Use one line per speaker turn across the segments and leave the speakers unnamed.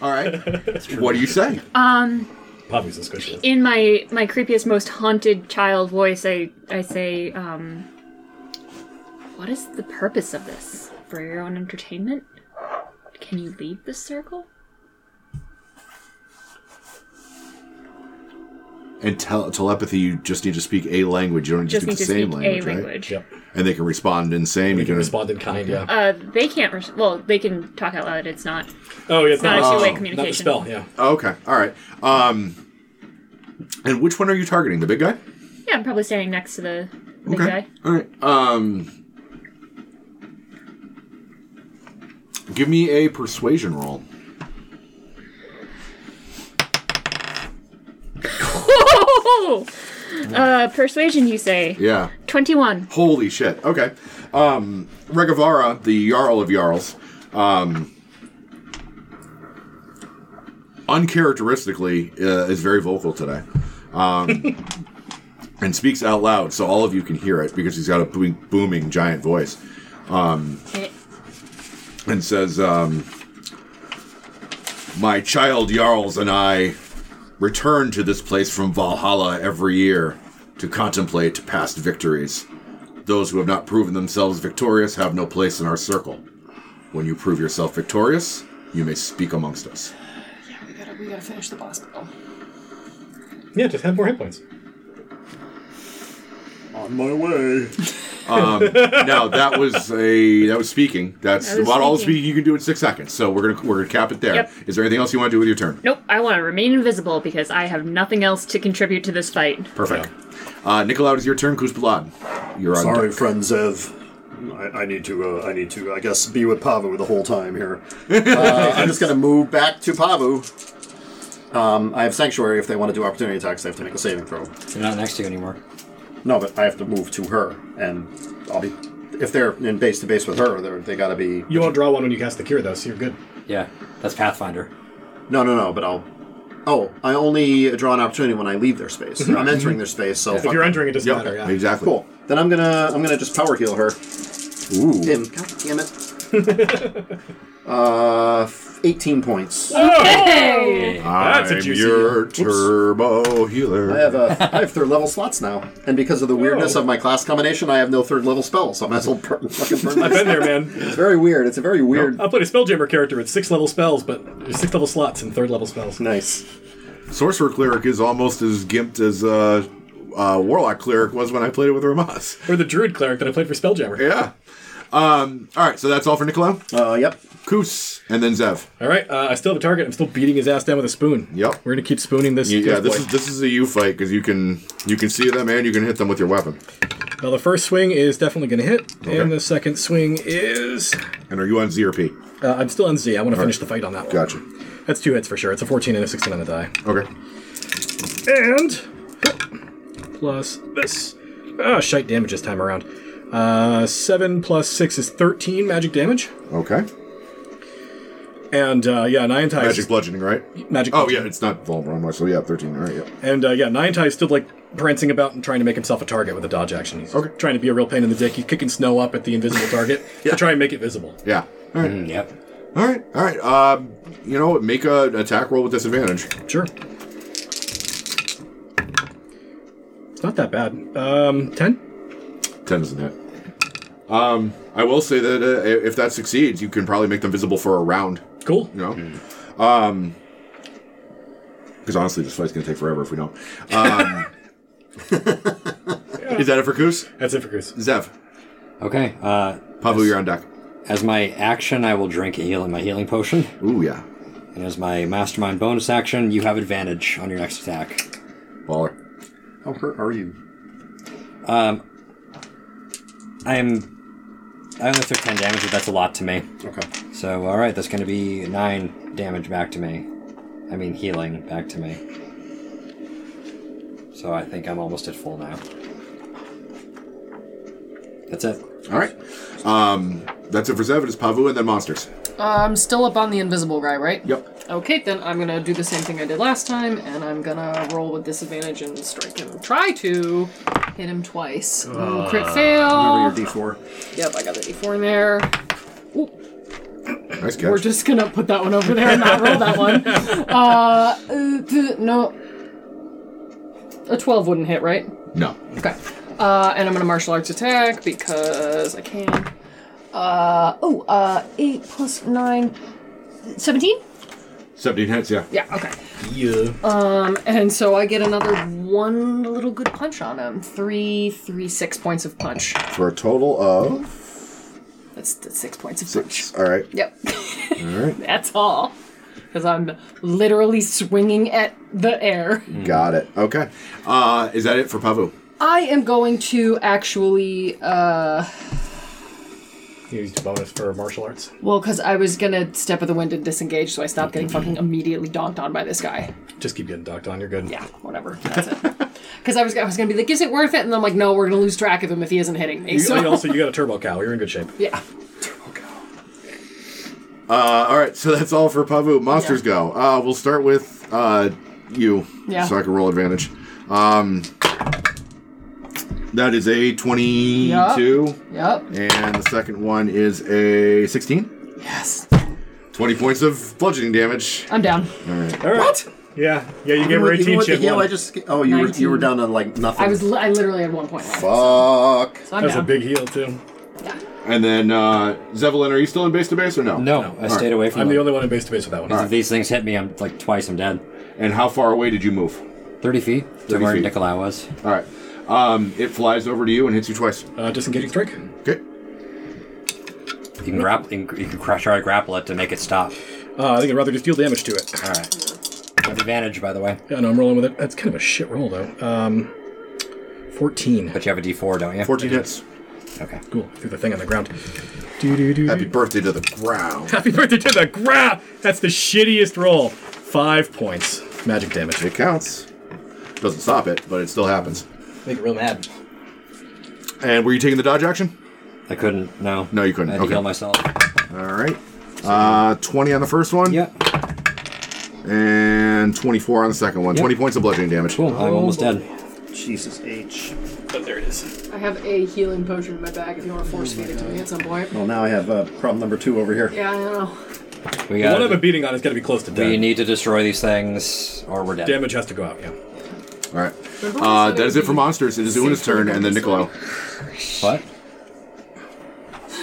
All right. What do you say?
Poppy's suspicious.
Um, In my my creepiest, most haunted child voice, I I say, um, "What is the purpose of this? For your own entertainment? Can you leave this circle?"
and tele- telepathy, you just need to speak a language. You don't need to
Just
speak the
need to
same
speak
language,
a
right?
language.
Yep.
And they can respond in same.
You
You
can
can
respond in kind, yeah.
Uh, they can't. Res- well, they can talk out loud. It's not.
oh, yeah, it's
not
not,
a two-way
not the
communication.
spell, yeah.
okay, all right. Um, and which one are you targeting? The big guy?
Yeah, I'm probably standing next to the the big guy.
All right. Um, give me a persuasion roll.
uh, persuasion, you say.
Yeah.
Twenty-one.
Holy shit. Okay. Um, Regavara, the Jarl of Jarls, um, uncharacteristically uh, is very vocal today. Um, and speaks out loud so all of you can hear it because he's got a booming, booming giant voice.
Okay.
and says, um, My child Jarls and I return to this place from Valhalla every year to contemplate past victories. Those who have not proven themselves victorious have no place in our circle. When you prove yourself victorious, you may speak amongst us.
We gotta, we gotta finish the boss battle.
Yeah, just have more hit points.
On my way. um, now that was a that was speaking. That's
That was
about all the
speaking.
speaking you can do in six seconds. So we're gonna we're gonna cap it there. Is
Yep.
there anything else you want to do with your turn?
Nope. I want to remain invisible because I have nothing else to contribute to this fight.
Perfect. Uh, Nicolau, it is your turn. Kuzpalad, you're on.
Sorry,
deck.
friend Zev. I, I need to. Uh, I need to. I guess be with Pavu the whole time here. Uh, I'm just gonna move back to Pavu. Um, I have sanctuary. If they want to do opportunity attacks, they have to make a saving throw.
They're not next to you anymore.
No, but I have to move to her, and I'll be. If they're in base to base with her, they're, they gotta be.
You won't draw one when you cast the cure, though, so you're good.
Yeah, that's Pathfinder.
No, no, no. But I'll. Oh, I only draw an opportunity when I leave their space. I'm entering their space, so
Mhm. If
fuck
you're
it.
entering, it doesn't
Yep,
matter, yeah.
exactly.
Cool. Then I'm gonna I'm gonna just power heal her.
Ooh.
Him. God damn it. uh, f- 18 points. I
Hey!
That's a
I'm
juicy-
your turbo healer.
have uh, I have third level slots now, and because of the weirdness
Whoa.
of my class combination, I have no third level spells. So I might as well burn, fucking burn
I've
my.
been there, man.
It's very weird. It's a very weird.
I played a Spelljammer character with six level spells, but six level slots and third level spells.
Nice.
Sorcerer cleric is almost as gimped as uh, uh, warlock cleric was when I played it with Ramas.
Or the Druid cleric that I played for Spelljammer.
Yeah. Um, all right, so that's all for Nicolau,
Uh, yep.
Koos, and then Zev.
All right, uh, I still have a target. I'm still beating his ass down with a spoon.
Yep.
We're gonna keep spooning this.
Yeah,
this
this is this is a you fight because you can you can see them and you can hit them with your weapon.
now the first swing is definitely gonna hit,
Okay.
and the second swing is.
And are you on ZRP?
Uh, I'm still on Z. I want to finish the fight on that one.
Gotcha.
That's two hits for sure. It's a 14 and a 16 on the die.
Okay.
And plus this. Ah, shite damage this time around. Uh, seven plus six is 13 magic damage.
Okay.
And uh, yeah, nine ties.
Magic bludgeoning, right?
Magic
Oh yeah,
bludgeoning.
it's not vulnerable. So yeah, thirteen. All right. Yeah.
And uh, yeah, Nine Tie is still like prancing about and trying to make himself a target with a dodge action. He's
Okay.
trying to be a real pain in the dick. He's kicking snow up at the invisible target to try and make it visible.
Yeah. All right.
Mm, yep.
All right, all right. Um, you know, what, make a attack roll with disadvantage.
Sure. It's not that bad. Um, ten.
Ten isn't hit. Um, I will say that uh, i- if that succeeds, you can probably make them visible for a round.
Cool.
You know, Um 'cause
Hmm.
because honestly, this fight's gonna take forever if we don't. Um, Is that it for Koos?
That's it for Goose.
Zev,
Okay. Uh,
Pavu, you're on deck.
as my action, I will drink a healing my healing potion,
Ooh yeah,
and as my mastermind bonus action, you have advantage on your next attack.
baller.
How hurt are you?
I am. I only took ten damage, but that's a lot to me.
Okay.
So all right, that's going to be nine damage back to me. I mean healing back to me. So I think I'm almost at full now. That's it.
All right. Um, that's it for Zev. It is Pavu and then monsters.
I'm Um, still up on the invisible guy, right?
Yep.
Okay, then I'm gonna do the same thing I did last time, and I'm gonna roll with disadvantage and strike him. Try to hit him twice. Ooh, crit fail. e
Remember your D4.
Yep, I got the d4 in there. Ooh.
Nice
We're
catch.
just gonna put that one over there and not roll that one. Uh, uh, d- no. A 12 wouldn't hit, right?
no.
Okay. Uh, and I'm gonna martial arts attack because I can. Uh, oh, uh, 8 plus 9. 17?
17 hits, yeah.
Yeah, okay.
Yeah.
Um, and so I get another one little good punch on him. Three, three, six points of punch.
For a total of
That's, that's six points of punch.
six. All right.
Yep.
All right.
That's all. Because I'm literally swinging at the air.
Got it. Okay.
Uh, is that it for Pavu?
I am going to actually, uh,
Used a bonus for martial arts.
well, because I was gonna step of the wind and disengage, so I stopped getting fucking immediately donked on by this guy.
Just keep getting docked on. You're good.
Yeah, whatever. That's it. Because I was, I was gonna be like, is it worth it? And I'm like, no, we're gonna lose track of him if he isn't hitting me.
You,
So,
and also, you got a turbo cow. You're in good shape.
yeah.
Uh, all right, so that's all for Pavu. Monsters go. Uh, we'll start with uh, you,
Yeah.
so I can roll advantage. Um, that is a 22,
Yep.
and the second one is a 16.
Yes.
20 points of bludgeoning damage.
I'm down.
All right. What? Yeah. Yeah. You gave her
Even with- even
18
with the
chip.
heal,
one.
I just oh you were, you were down to like nothing.
I was, li- I literally had one point left.
Fuck.
So I'm
That's a
down.
big heal too.
And then, uh, Zevelin, are you still in base to base or no?
No, I
right.
stayed away from
I'm the
them.
only one in base to base with that one.
If these things hit me, I'm like twice. I'm dead.
And how far away did you move?
30 feet to
30
where
feet.
Nikolai was.
All right. Um, it flies over to you and hits you twice.
Uh, disengaging strike.
Okay.
You can grapple. You can you can cra- try to grapple it to make it stop.
Uh, I think I'd rather just deal damage to it.
All right. You have advantage, by the way,
Yeah, no, I'm rolling with it. That's kind of a shit roll though. Um, 14.
but you have a D4, don't you?
14 hits.
Okay.
Cool. Threw the thing on the ground. Do do do.
Happy birthday to the ground.
Happy birthday to the gra! That's the shittiest roll. Five points. Magic damage.
It counts. Doesn't stop it, but it still happens.
Make it real mad.
And were you taking the dodge action?
I couldn't. No.
No, you couldn't.
I had to
Okay.
kill myself.
All right. Uh, 20 on the first one.
Yeah.
And 24 on the second one.
Yep.
20 points of bludgeoning damage.
Cool. I'm almost dead.
Jesus H.
Oh,
I have a healing potion in my bag if you want to force feed it to me at some point.
Oh.
Well now I have uh, problem number two over here.
Yeah, I know.
We
One
got.
of a
it.
beating on is got to be close to
We
dead.
need to destroy these things, or we're dead.
Damage has to go out. Yeah.
All right. Uh, that is it for monsters. It is Una's
Six
turn, and then
points.
Niccolo.
What?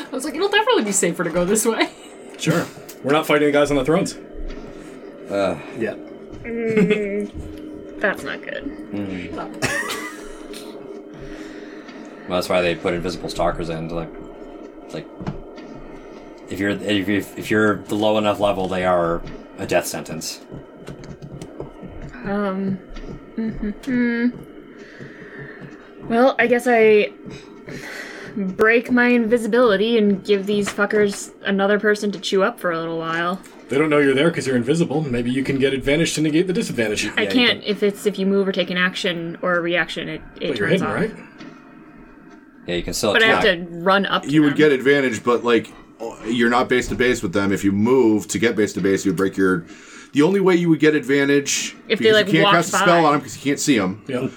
I was like, it'll definitely be safer to go this way.
Sure. We're not fighting the guys on the thrones.
Yeah.
That's not good.
Well, that's why they put invisible stalkers in. to, Like, it's like, if you're if you're, if you're the low enough level, they are a death sentence.
Um. hmm Well, I guess I break my invisibility and give these fuckers another person to chew up for a little while.
They don't know you're there because you're invisible. Maybe you can get advantage to negate the disadvantage.
I can't if it's if you move or take an action or a reaction. It it
But
turns
you're hidden,
off.
right?
Yeah, you can still
But I
attack.
have to run up. To
You would
them.
get advantage, but like you're not base to base with them. If you move to get base to base, you would break your. The only way you would get advantage
If they,
because
like,
you can't
walked
cast a spell
by.
on them because you can't see them.
Yeah.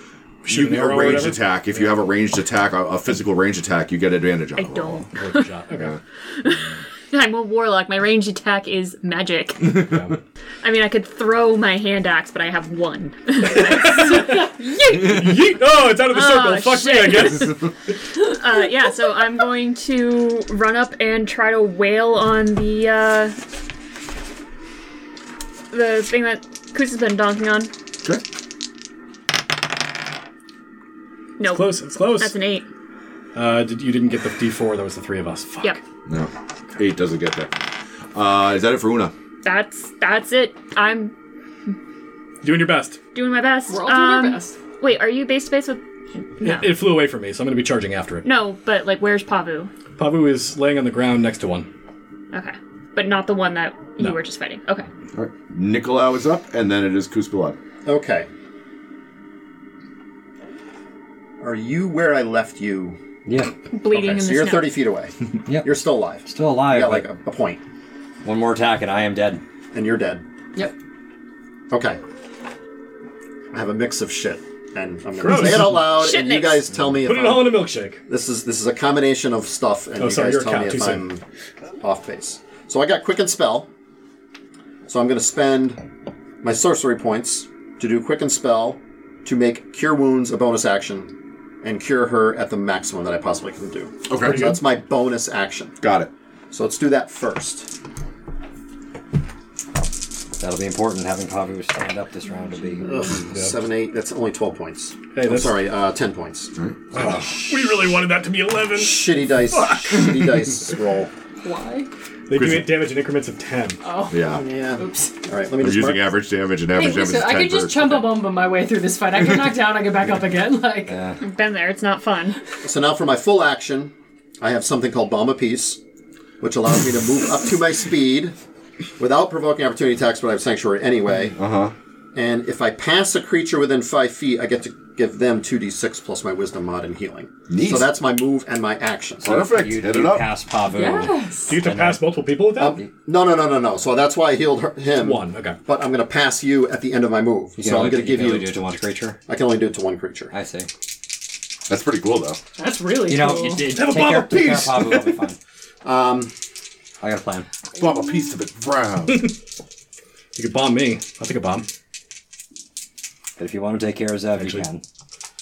You
an
get a
arrow or
ranged
whatever?
attack. If you have a ranged attack, a, a physical range attack, you get advantage on.
I
it.
don't.
Worth a shot. Okay.
I'm a warlock. My ranged attack is magic. I mean, I could throw my hand axe, but I have one.
Yeet! Oh, it's out of the circle.
Oh,
Fuck me, I
shit.
guess.
Uh, yeah, so I'm going to run up and try to wail on the uh, the thing that Kus has been donking on.
Okay.
No,
Close. It's close.
that's an eight.
Uh, did, you didn't get the D4. That was the three of us. Fuck.
Yep,
No, eight doesn't get there. Uh, is that it for Una?
that's that's it. I'm
Doing your best.
doing my best.
We're all doing
Um,
our best.
Wait, are you base to base with? No.
It, it flew away from me, so I'm going to be charging after it.
No, but like, where's Pavu?
Pavu is laying on the ground next to one.
Okay, but not the one that you
No.
were just fighting. Okay.
All right. Nicolau is up, and then it is Kuspilad.
Okay. Are you where I left you?
yeah,
bleeding in
Okay,
the
so you're
snow.
30 feet away.
Yep.
You're still alive.
still
You
alive.
got
like
like a, a point,
one more attack, and I am dead.
and you're dead.
Yep.
Okay. I have a mix of shit, and I'm gonna
Gross.
say it out loud,
Shit
and you
mix.
guys tell me
Put
if
it all
I'm,
in a milkshake.
this is this is a combination of stuff, and
Oh,
you
sorry,
guys
you're a
tell
cat,
me
too
if
soon.
I'm off base. So I got Quicken Spell. So I'm going to spend my sorcery points to do Quicken Spell to make Cure Wounds a bonus action and cure her at the maximum that I possibly can do.
Okay.
So that's my bonus action.
Got it.
So let's do that first.
That'll be important having Pavu stand up this round to be.
Seven, eight. That's only twelve points.
Hey,
I'm
that's-
sorry, uh, ten points.
We really wanted that to be 11.
Shitty dice. Shitty dice roll.
Why?
They do eight damage in increments of 10.
Oh.
Yeah.
Yeah. All
Oops.
right. Let me
I'm
just mark.
using average damage, and
Hey,
average damage
listen,
is
I
10
could just
per-
chumba bumba my way through this fight. I get knocked down, I get back up again. Like,
Been there. It's not fun.
So now for my full action, I have something called Bomb Apiece, which allows me to move up to my speed without provoking opportunity attacks, but I have Sanctuary anyway. Uh huh. And if I pass a creature within five feet, I get to give them 2d6 plus my Wisdom mod and healing.
Neat.
So that's my move and my action.
Perfect.
You,
Hit
you
it up.
pass Pavu.
yes.
Do you have to pass multiple people with that?
No, no, no, no, no. So that's why I healed her, him.
One, okay.
But I'm going to pass you at the end of my move.
You can
so I'm
only-
going to give
can
you.
only do it to one creature.
I can only do it to one creature.
I see.
That's pretty cool, though.
That's really
You know,
cool.
you did
Have a
take care,
bottle,
take care of
please.
Pavu. I'll be fine.
Um,
I got a plan.
Bomb a piece of it brown.
You could bomb me. I'll take a bomb.
But if you want to take care of Zev,
Actually-
you can.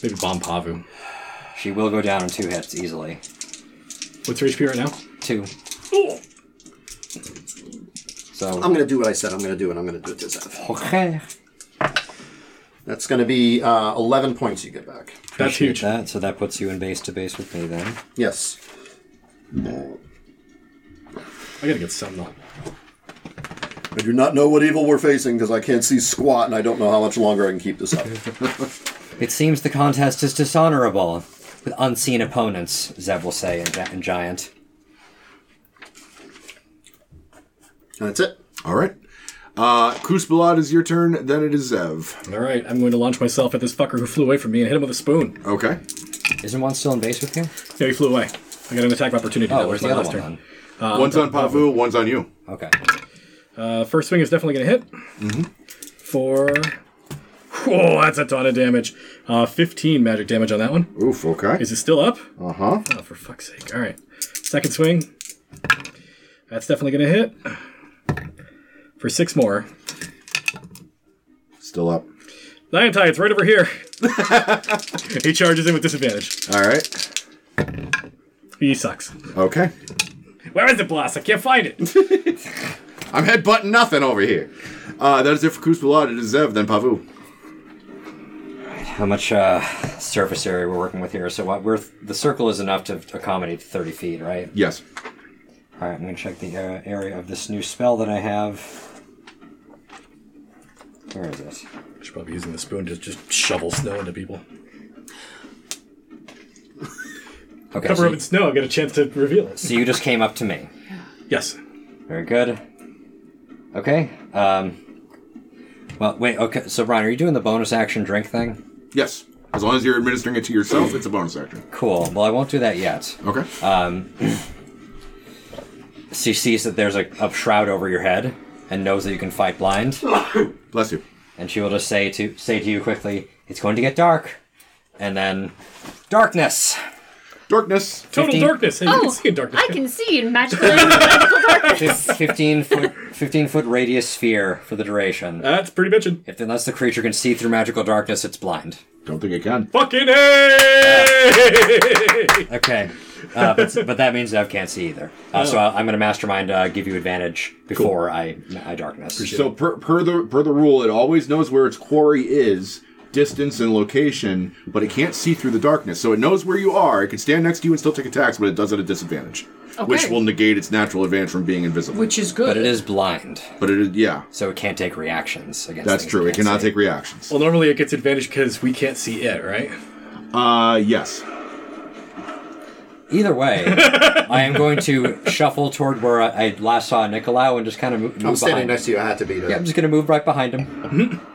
Maybe bomb Pavu.
She will go down in two hits easily.
What's her HP right now?
Two. So.
I'm going to do what I said I'm going to do, and I'm going to do it this time.
okay.
That's going to be uh, 11 points you get back.
That's
Appreciate
huge.
That, so that puts you in base to base with me then.
Yes.
I gotta get some though.
I do not know what evil we're facing because I can't see squat and I don't know how much longer I can keep this up.
It seems the contest is dishonorable with unseen opponents, Zev will say in, Gi- in Giant.
That's it.
All right. Uh, Kuzbalad is your turn, then it is Zev.
All right, I'm going to launch myself at this fucker who flew away from me and hit him with a spoon.
Okay.
Isn't one still in base with you?
Yeah, he flew away. I got an attack of opportunity.
Oh,
that was
where's the
my
other
last
one
turn.
then?
one's on Uh, Pavu, one's on you.
Okay.
Uh, first swing is definitely going to hit.
Mm-hmm.
For. Whoa, that's a ton of damage. Uh, 15 magic damage on that one.
Oof. Okay.
Is it still up?
Uh
Uh-huh.
huh.
Oh, for fuck's sake. All right. Second swing. That's definitely going to hit. For six more.
Still up.
Niantai, it's right over here. he charges in with disadvantage.
All right.
He sucks.
Okay.
Where is the blast? I can't find it.
I'm headbutting nothing over here. Uh, that is it for Kuzbalad. It is Zev, then Pavu.
How much uh, surface area we're working with here? So what we're the circle is enough to accommodate 30 feet, right?
Yes.
All right, I'm going to check the uh, area of this new spell that I have. Where is it?
I should probably be using the spoon to just shovel snow into people.
Okay.
Cover
So
up
you,
in snow, I get a chance to reveal it.
so you just came up to me.
Yes.
Very good. Okay. Um, well, wait. Okay. So, Brian, are you doing the bonus action drink thing?
Yes. As long as you're administering it to yourself, it's a bonus action.
Cool. Well, I won't do that yet.
Okay.
She sees that there's a, a shroud over your head and knows that you can fight blind,
Bless you.
and she will just say to say to you quickly, "It's going to get dark," and then darkness.
Darkness.
Total
15.
darkness. Hey, you
Oh,
can see in darkness.
I can see in magical magical darkness.
Fif- Fifteen foot fifteen foot radius sphere for the duration.
Uh.
That's pretty bitchin'.
If unless the creature can see through magical darkness, it's blind.
Don't think it can.
Fucking hey!
Okay. Uh, but, but that means Zev can't see either. Uh, so
Oh.
I, I'm going to mastermind uh, give you advantage before I, I darkness.
So per, per the per the rule, it always knows where its quarry is, distance and location, but it can't see through the darkness. So it knows where you are. It can stand next to you and still take attacks, but it does at a disadvantage, which
Okay.
will negate its natural advantage from being invisible.
Which is good.
But it is blind,
But it is yeah,
so it can't take reactions against.
that's
things
true. It
can't
cannot
see.
take reactions.
well, normally it gets advantage because we can't see it, right?
Uh, yes.
Either way, I am going to shuffle toward where I, I last saw Nicolau and just kind of move, move
I'm standing
behind
next
him.
to you. I had to beat it.
Yeah, I'm just going to move right behind him. I'm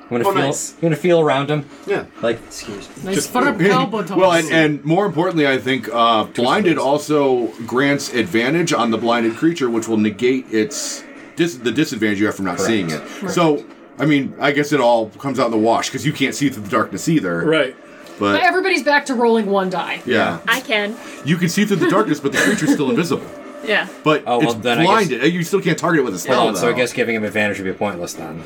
going to
Oh,
feel.
nice.
I'm going to feel around him.
Yeah.
Like excuse me.
nice for Pelbotos.
Well, and, and more importantly, I think uh, blinded also grants advantage on the blinded creature, which will negate its dis- the disadvantage you have from not seeing it. So, I mean, I guess it all comes out in the wash because you can't see through the darkness either.
Right.
But
But
everybody's back to rolling one die.
yeah,
I can.
you can see through the darkness, but the creature's still invisible.
Yeah.
But
Oh, well,
it's
then I guess-
blinded. You still can't target it with a spell,
Hold on, so I
though.
guess giving him advantage would be pointless then.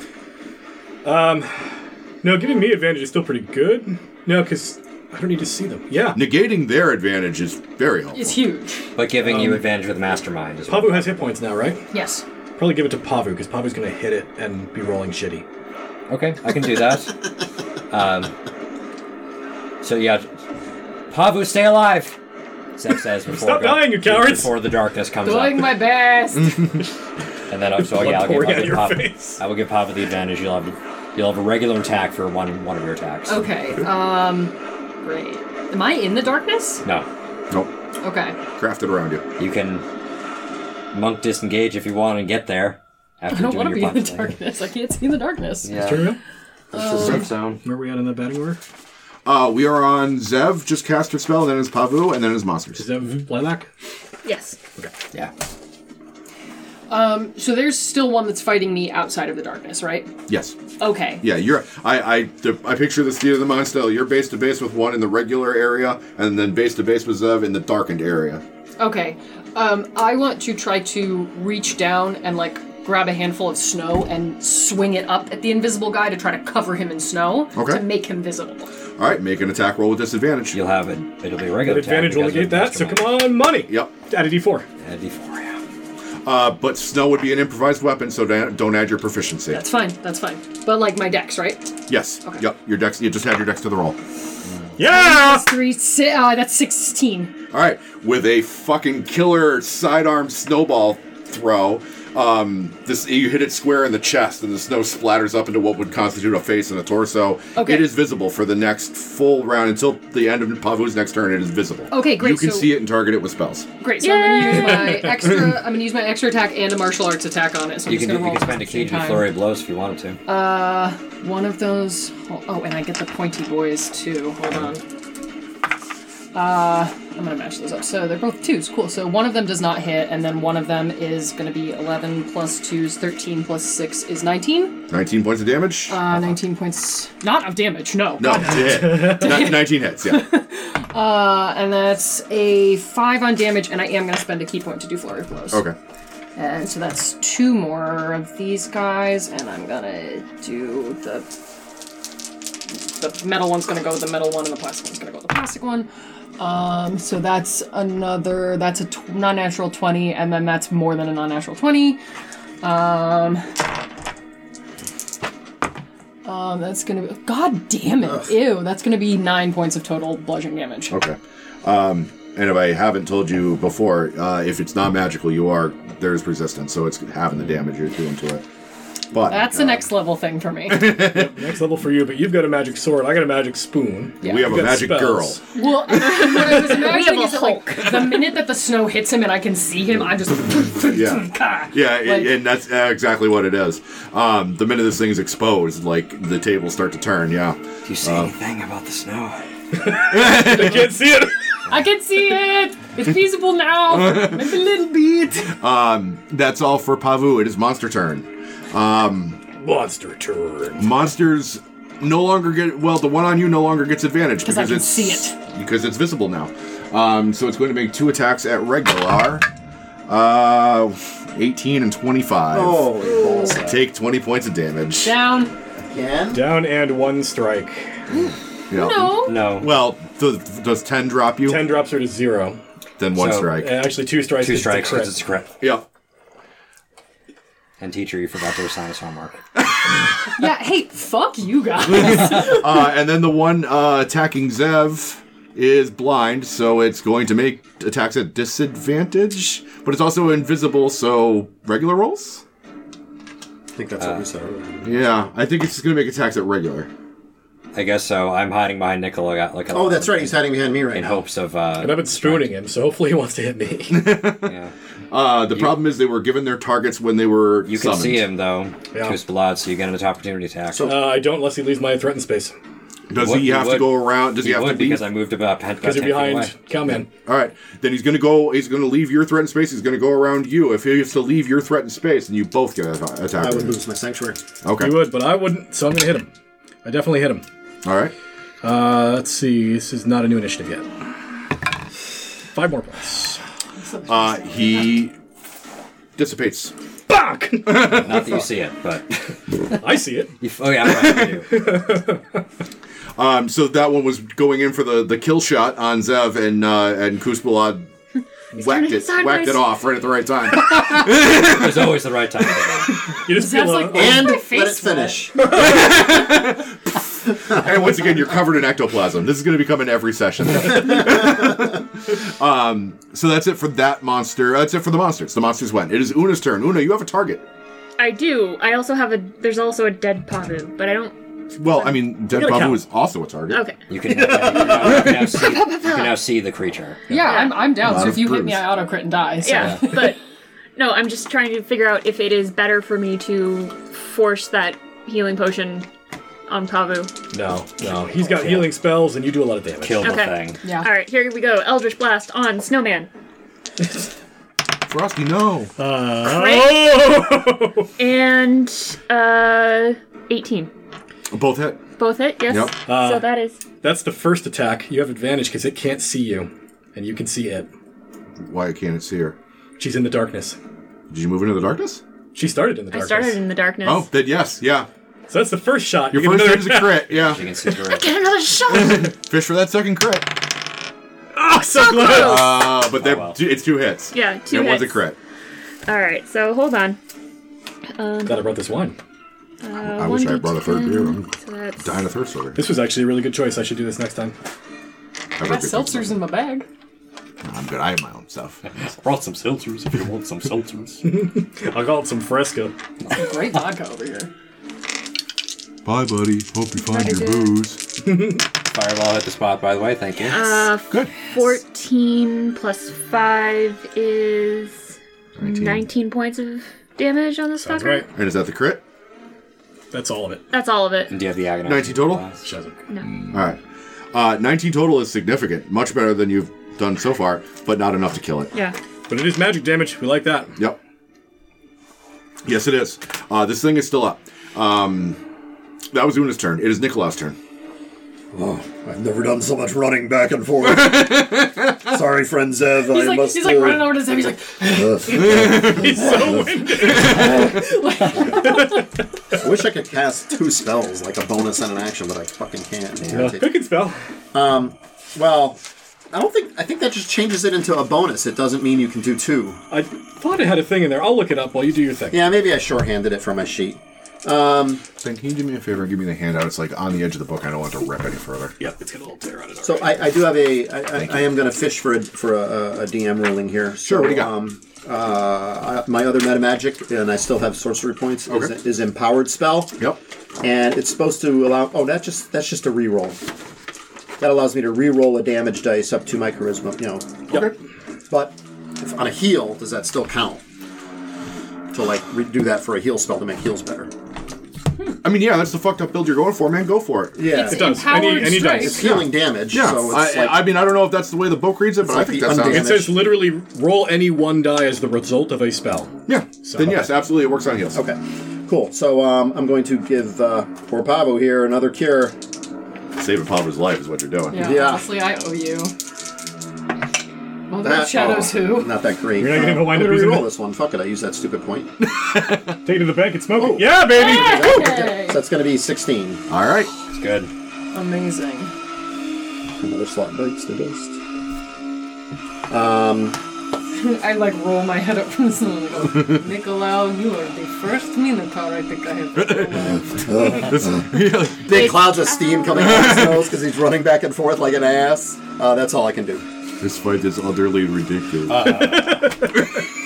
No, giving me advantage is still pretty good. No, because I don't need to see them. Yeah.
Negating their advantage is very helpful.
It's huge.
But giving
Um,
you advantage with Mastermind is
Pavu has hit points now, right?
Yes.
Probably give it to Pavu because Pavu's going to hit it and be rolling shitty.
Okay, I can do that. um, so yeah, Pavu, stay alive. Zeb says before
Stop
dark-
dying, you cowards!
Before the darkness comes
Doing
up,
my best.
and then so yeah, I'll give,
pouring
I'll
out of
give
your
Pavu.
face.
I will give Pavu the advantage. You'll have you'll have a regular attack for one one of your attacks.
okay. Um, great. Am I in the darkness?
No,
Nope.
Okay.
Crafted around you.
you can monk disengage if you want and get there. After
I don't
doing
want to be
your
in the
punch thing.
darkness. I can't see in the darkness.
Yeah.
Turn
It's the safe zone.
Where are we at in the batting order?
Uh, we are on Zev, just cast her spell, then it's Pavu, and then it's
Is
monsters.
that Lilac?
Yes.
Yeah.
Um, so there's still one that's fighting me outside of the darkness, right?
Yes.
Okay.
Yeah, you're. I I, the, I picture the Steed of the Mind style. You're base to base with one in the regular area, and then base to base with Zev in the darkened area.
Okay. Um, I want to try to reach down and like grab a handful of snow and swing it up at the invisible guy to try to cover him in snow
Okay.
to make him visible.
All right, make an attack roll with disadvantage.
You'll have it. It'll be a regular attack
advantage will
because
negate
of the
that, so
Mastermind.
come on, money!
Yep.
Add a d4.
A D4, yeah.
Uh, but snow would be an improvised weapon, so da- don't add your proficiency.
That's fine. That's fine. But like my dex, right?
yes. Yep. Your dex. You just add your dex to the roll.
Yeah!
That's three. Si- uh, that's sixteen.
All right, with a fucking killer sidearm snowball throw, um, this you hit it square in the chest, and the snow splatters up into what would constitute a face and a torso.
Okay.
It is visible for the next full round until the end of Pavu's next turn. It is visible.
Okay, great,
You can
so-
see it and target it with spells.
Great. So I'm gonna use my extra. I'm gonna use my extra attack and a martial arts attack on it. So I'm
You
just
can,
gonna
do, you
roll
can spend a
at the
key
same
to do
time. Uh,
flurry of blows if you wanted to.
One of those. Oh, and I get the pointy boys too. Hold on. Uh, I'm gonna match those up. So they're both twos. Cool. So one of them does not hit, and then one of them is gonna be 11 plus twos, 13 plus six is 19.
19 points of damage.
Uh,
Uh-huh.
19 points, not of damage. No.
no, it's a hit. Ni- 19 hits. Yeah.
Uh, and that's a five on damage, and I am gonna spend a key point to do flurry of blows.
Okay.
And so that's two more of these guys, and I'm gonna do the the metal one's gonna go with the metal one, and the plastic one's gonna go with the plastic one. Um, so that's another that's a tw- non-natural twenty, and then that's more than a non-natural twenty. Um, um, that's gonna be God damn it! Ew, that's gonna be nine points of total bludgeoning damage.
Okay. Um, and if I haven't told you before, uh, if it's not magical, you are there's resistance, so it's having the damage you're doing to it. But
That's the next level thing for me.
Next level for you, but you've got a magic sword. I got a magic spoon.
Yeah.
we have
You've
a
got
magic
spells.
girl.
Well, what I was imagining
We have a
is that, like the minute that the snow hits him and I can see him, I just
Yeah, yeah, i-
Like-
and that's uh, exactly what it is. Um, the minute this thing's exposed, like the tables start to turn. Yeah,
Do you
uh,
see anything about the snow?
I can't see it!
I can see it. It's feasible now. Maybe a little bit.
that's all for Pavu. It is monster turn.
Monster turn.
Monsters no longer get well. The one on you no longer gets advantage because
I can
it's
see it.
because it's visible now. Um, so it's going to make two attacks at regular. Uh, 18 and 25.
Oh, it pulls that.
Take 20 points of damage.
Down.
Again?
Down and one strike.
Yeah.
No.
No.
Well, does, does 10 drop you?
Ten drops her to zero.
Then one
So-
strike.
Uh, actually, two strikes.
Two
is the
strikes,
crit.
because it's a crit.
Yeah.
And teacher, you forgot to assign us homework.
Yeah. Hey, fuck you guys.
Uh, and then the one uh, attacking Zev is blind, so it's going to make attacks at disadvantage, but it's also invisible, so regular rolls?
I think that's what we said earlier.
Yeah, I think it's just going to make attacks at regular.
I guess so. I'm hiding behind Nicola. got like a
Oh, that's right. He's hiding behind me right
In
now.
hopes of
And I've
uh,
been spooning him, so hopefully he wants to hit me.
yeah.
Uh, the problem is they were given their targets when they were
you can
summoned.
see him though.
Yeah.
Two blood, so you get an opportunity attack.
So-
uh, I don't unless he leaves my threatened space.
Does
What-
he have
what-
to go around? Does he,
you
have to
would because
leave?
I moved about ten about
Because
10
you're
feet
behind
away.
Cowman.
All right, then he's going to go. He's going to leave your threatened space. He's going to go around you. If he has to leave your threatened space, and you both get atta- attacked.
I would lose my sanctuary.
Okay.
You would, but I wouldn't, so I'm gonna hit him. I definitely hit him.
All right.
Uh, let's see, this is not a new initiative yet. Five more points.
Uh, he dissipates.
Fuck!
Not that you see it, but
I see it.
you, oh yeah, right, you do.
Um, so that one was going in for the, the kill shot on Zev, and uh, and Kuzbalad whacked
turning
it whacked
sideways.
it off right at the right time.
There's always the right time. to do that.
You just feel
Zev's
a,
uh,
like,
And
my
let it
face
finish.
and once again, you're covered in ectoplasm. This is going to be coming every session. um, so that's it for that monster. That's it for the monsters. The monsters went. It is Una's turn. Una, you have a target.
I do. I also have a. There's also a dead Pavu, but I don't.
Well, I mean, Dead
gotta
Babu
count.
is also a target.
Okay.
You can, yeah, you, can now, you, can now see, you can now see the creature.
Yeah, I'm, I'm down.
Lot
So
of
if you hit me,
bruise.
I auto crit and die. So.
Yeah, but no, I'm just trying to figure out if it is better for me to force that healing potion on Pavu.
No, no. He's got healing spells, and you do a lot of damage.
Kill the
Okay.
thing.
Yeah.
All right, here we go. Eldritch blast on Snowman.
Frosty, no.
Oh!
And uh, 18.
Both hit.
Both hit, yes.
Yep.
so
Uh,
that is
That's the first attack. You have advantage because it can't see you, and you can see it.
Why can't it see her?
She's in the darkness.
Did you move into the darkness?
She started in the
I
darkness.
started in the darkness.
Oh, then yes, yeah.
So that's the first shot.
Your
You
first
get
hit
another
is a crit, yeah.
You can see the
Get another shot.
Fish for that second crit.
Oh, so close!
Uh, but they're,
wow.
two- it's two hits.
Yeah, two
and one's a
hits.
crit.
All right, so hold on. Uh,
Glad I brought this wine.
I wish I brought a third beer. I'm
So that's
dying of thirst over here.
This was actually a really good choice. I should do this next time.
Have a
I got
good time.
seltzers in my bag.
I'm good. I have my own stuff.
Brought some seltzers if you want some seltzers.
I'll call it some fresco.
Great vodka over here.
Bye, buddy. Hope you find your
Later.
booze.
Fireball hit the spot, by the way. Thank you.
uh,
Good.
14 plus 5 is 19, points of damage on this
That's
fucker.
right.
And is that the crit?
That's all of it.
That's all of it.
Mm.
And do you have the agonize?
19 total?
She doesn't.
All right. Uh, 19 total is significant. Much better than you've done so far, but not enough to kill it.
Yeah.
But it is magic damage. We like that.
Yep. Yes, it is. Uh, this thing is still up. Um, that was Una's turn. It is Nikolaus' turn.
I've never done so much running back and forth. Sorry, friend Zev.
He's
I
like,
must,
he's like
uh,
running over to Zeb. He's like,
He's so winded.
I wish I could cast two spells, like a bonus and an action, but I fucking can't. man.
Uh, who can spell?
Well, I don't think. I think that just changes it into a bonus. It doesn't mean you can do two.
I thought it had a thing in there. I'll look it up while you do your thing.
Yeah, maybe I shorthanded it from my sheet.
Saying, can you do me a favor and give me the handout? It's like on the edge of the book. I don't want to rip any further.
Yep, it's got a little tear on it.
So I, I do have a. I, I, I am going to fish for a for a, a, a DM ruling here.
Sure, what do you got?
Um, uh, I- my other meta magic, and I still have sorcery points.
Okay.
Is, is empowered spell.
Yep.
and it's supposed to allow. Oh, that just that's just a reroll. That allows me to reroll a damage dice up to my charisma. You know,
Yep.
but if on a heal, does that still count? To like re- do that for a heal spell to make heals better.
I mean, yeah, that's the fucked up build you're going for, man. Go for it.
Yeah,
it's
it's,
does.
empowered
Any- any
strike.
dice.
healing damage.
Yeah.
so
I,
it's like
I mean, I don't know if that's the way the book reads it, but I
like
think
the
that sounds.
undead.
It says literally roll any one die as the result of a spell.
Yeah. then
okay.
yes, absolutely, it works on heals.
okay, cool. So um, I'm going to give uh, poor Pavo here another cure.
Saving Pablo's life is what you're doing.
Yeah,
Yeah.
honestly, I owe you. Well, that
That-
shadows
oh,
who?
Not that great.
You're not gonna
Uh,
wind up
I'm gonna
using
reroll
it?
this one. Fuck it. I use that stupid point.
Take it to the bank and smoke
Oh.
it. Yeah, baby!
Yay!
So that's going to be 16.
All right.
It's good.
Amazing.
Another slot bites the dust.
I like roll my head up from the snow and go, Nicolau, you are the first Minotaur I think I have ever loved.
Big clouds of steam coming out of his nose because he's running back and forth like an ass. Uh, that's all I can do.
This fight is utterly ridiculous.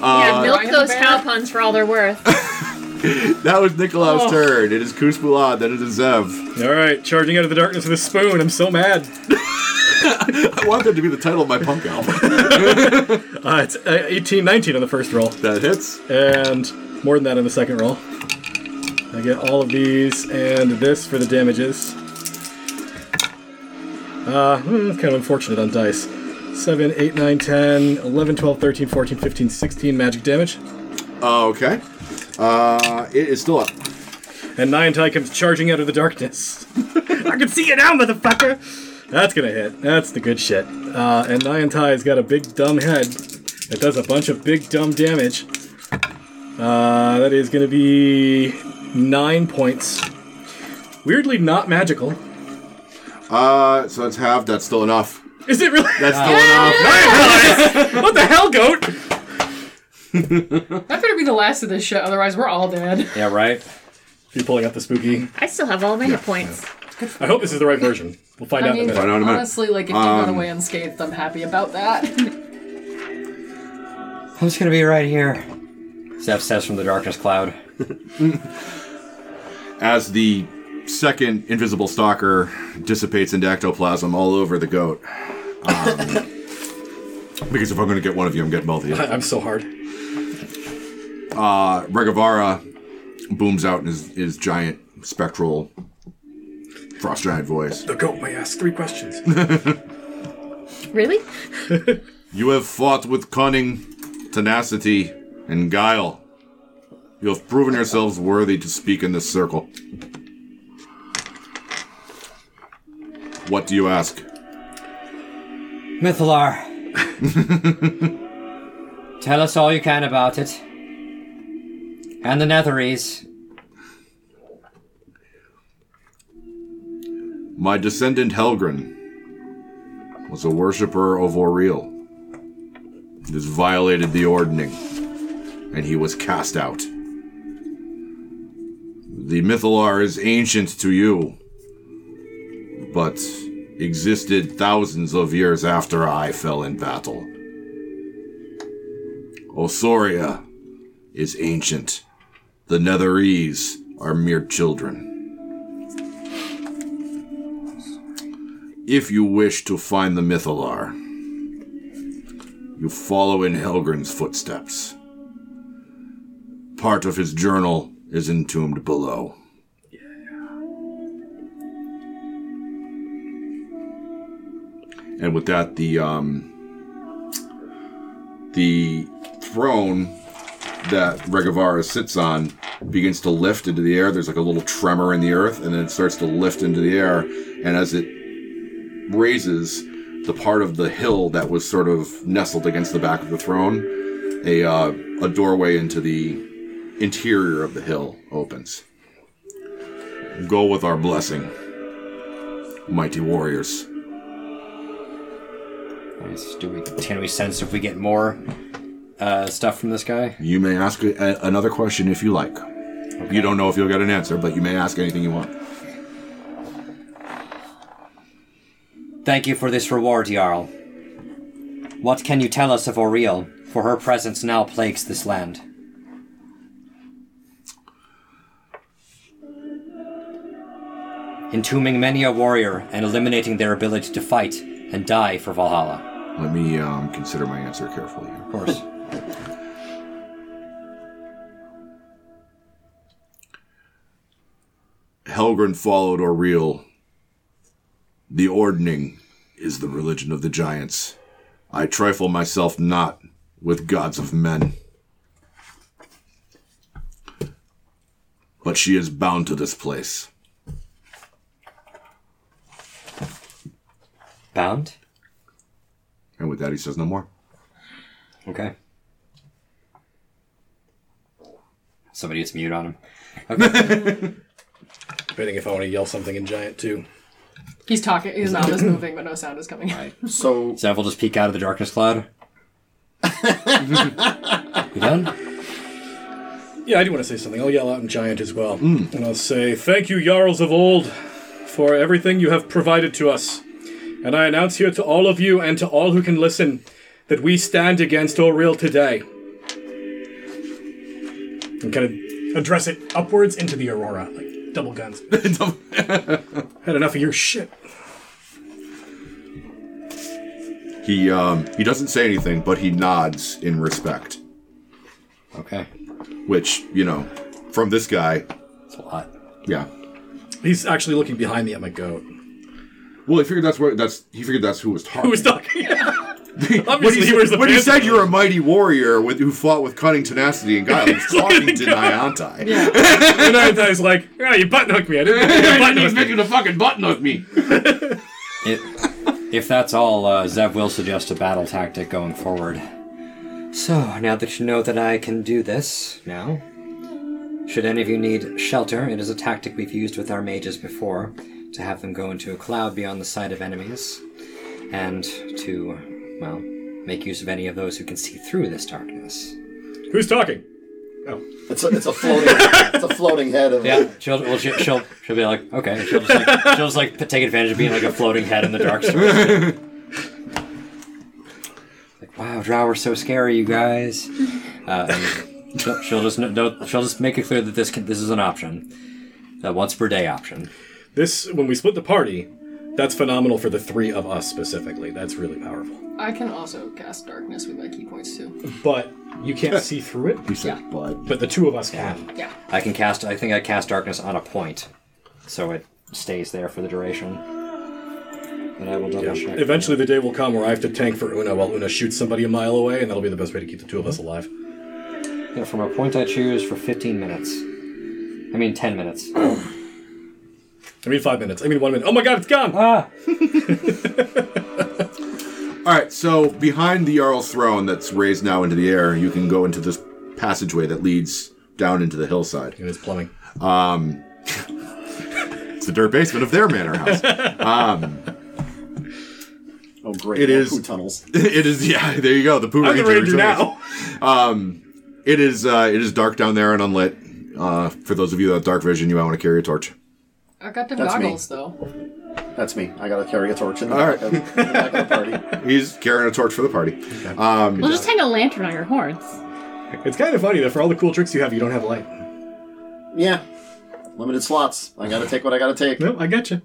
Uh,
yeah, milk
Ryan
those
Bear.
cow puns for all they're worth.
that was Nikolaus'
Oh.
turn. It is Kuzbulad. Then it is Zev.
All right, charging out of the darkness with a spoon. I'm so mad.
I want that to be the title of my punk album.
Uh, it's uh, 18, 19 on the first roll,
that hits.
and more than that on the second roll. I get all of these and this for the damages. Uh, hmm, it's kind of unfortunate on dice. 7, 8, 9, 10, 11, 12, 13, 14, 15, 16 magic damage.
Okay. Uh, it is still up.
And Niantai comes charging out of the darkness. I can see you now, motherfucker! That's gonna hit. That's the good shit. Uh, and Nyan Tai's got a big dumb head that does a bunch of big dumb damage. Uh, that is gonna be nine points. Weirdly, not magical.
Uh, so it's half. That's still enough.
Is it really?
That's still enough.
what the hell, goat?
That better be the last of this shit, otherwise we're all dead.
Yeah, right?
You're pulling out the spooky.
I still have all my hit points.
I hope this is the right version. We'll find
I
out in a
mean,
minute.
Find out in a minute.
honestly, like if you got away unscathed, I'm happy about that.
I'm just gonna be right here. Steph steps from the darkness cloud.
As the second invisible stalker dissipates into ectoplasm all over the goat. Um, because if I'm going to get one of you, I'm getting both of you.
I'm so hard.
Uh, Regavara booms out in his, his giant spectral frost giant voice.
The goat may ask three questions.
Really?
You have fought with cunning, tenacity, and guile. You have proven yourselves worthy to speak in this circle. What do you ask?
Mythalar. Tell us all you can about it. And the Netherese.
My descendant Helgren was a worshiper of Oriel. This violated the ordning, and he was cast out. The Mythalar is ancient to you, but existed thousands of years after I fell in battle. Osoria is ancient. The Netherese are mere children. if you wish to find the Mythalar, you follow in Helgren's footsteps. Part of his journal is entombed below. And with that, the um, the throne that Regavara sits on begins to lift into the air. There's like a little tremor in the earth, and then it starts to lift into the air. And as it raises the part of the hill that was sort of nestled against the back of the throne. A uh, a doorway into the interior of the hill opens. Go with our blessing, mighty warriors.
Nice. Do we can we sense if we get more uh, stuff from this guy?
You may ask a- another question if you like. You don't know if you'll get an answer, but you may ask anything you want.
Thank you for this reward, Jarl. What can you tell us of Oriel? For her presence now plagues this land. Entombing many a warrior and eliminating their ability to fight and die for Valhalla.
Let me um, consider my answer carefully here.
Of course.
Helgren followed Oriel. The ordning is the religion of the giants. I trifle myself not with gods of men. But she is bound to this place.
Bound?
And with that, he says no more.
Okay. Somebody gets mute on him.
Depending if I want to yell something in giant too.
He's talking. His mouth is moving, but no sound is coming.
So
Zev will just peek out of the darkness cloud. you done?
Yeah, I do want to say something. I'll yell out in giant as well.
Mm.
And I'll say, Thank you, Jarls of old, for everything you have provided to us. And I announce here to all of you and to all who can listen that we stand against Oril today. And kind of
Address it upwards into the aurora, like double guns.
had enough of your shit.
He um, he doesn't say anything, but he nods in respect.
Okay.
Which you know, from this guy,
That's a lot.
yeah.
He's actually looking behind me at my goat.
Well, he figured that's what that's he figured that's who was talking.
Who was talking?
when he,
Obviously, he wears the
when he
pants.
said you're a mighty warrior with, who fought with cunning tenacity and guile, he's talking to Niantai.
and I was like, Yeah, you button hooked "Oh, me. I didn't.
I didn't expect you to fucking button hook me.
It, if that's all, uh, Zev will suggest a battle tactic going forward. So, now that you know that I can do this, now, should any of you need shelter, it is a tactic we've used with our mages before to have them go into a cloud beyond the sight of enemies and to, well, make use of any of those who can see through this darkness.
Who's talking?
It's a, it's a floating it's a floating head of
Yeah, she'll well, she, she'll she'll be like, okay, she'll just like she'll just like take advantage of being like a floating head in the dark. like, wow, drow are so scary, you guys. Uh, and she'll, she'll just no, no, she'll just make it clear that this can, this is an option, a once per day option.
This, when we split the party, that's phenomenal for the three of us specifically. That's really powerful.
I can also cast darkness with my key points too.
But you can't see through it,
You said blood.
but the two of us can.
Yeah.
I can cast. I think I cast darkness on a point, so it stays there for the duration. And I will double check.
Eventually, the day will come where I have to tank for Una while Una shoots somebody a mile away, and that'll be the best way to keep the two of us alive.
Yeah, from a point I choose for 15 minutes. I mean, 10 minutes.
I mean, five minutes. I mean, one minute. Oh my god, it's gone!
ah.
All right, so behind the Jarl's throne that's raised now into the air, you can go into this passageway that leads down into the hillside.
It is plumbing.
It's the dirt basement of their manor house.
oh great
It
more
is-
poo tunnels.
it is, yeah, there you go. The Pooh
I'm the
Ranger
ranger
rejoice.
now!
It is, uh, it is dark down there and unlit. Uh, for those of you that have dark vision, you might want to carry a torch.
I got them
That's me.
goggles though.
That's me. I gotta carry a torch in the,
All right.
back, of, in the back of the party.
He's carrying a torch for the party.
Well, just hang a lantern on your horns.
It's kind of funny that for all the cool tricks you have, you don't have a light.
Yeah. Limited slots. I gotta take what I gotta take.
No, I gotcha.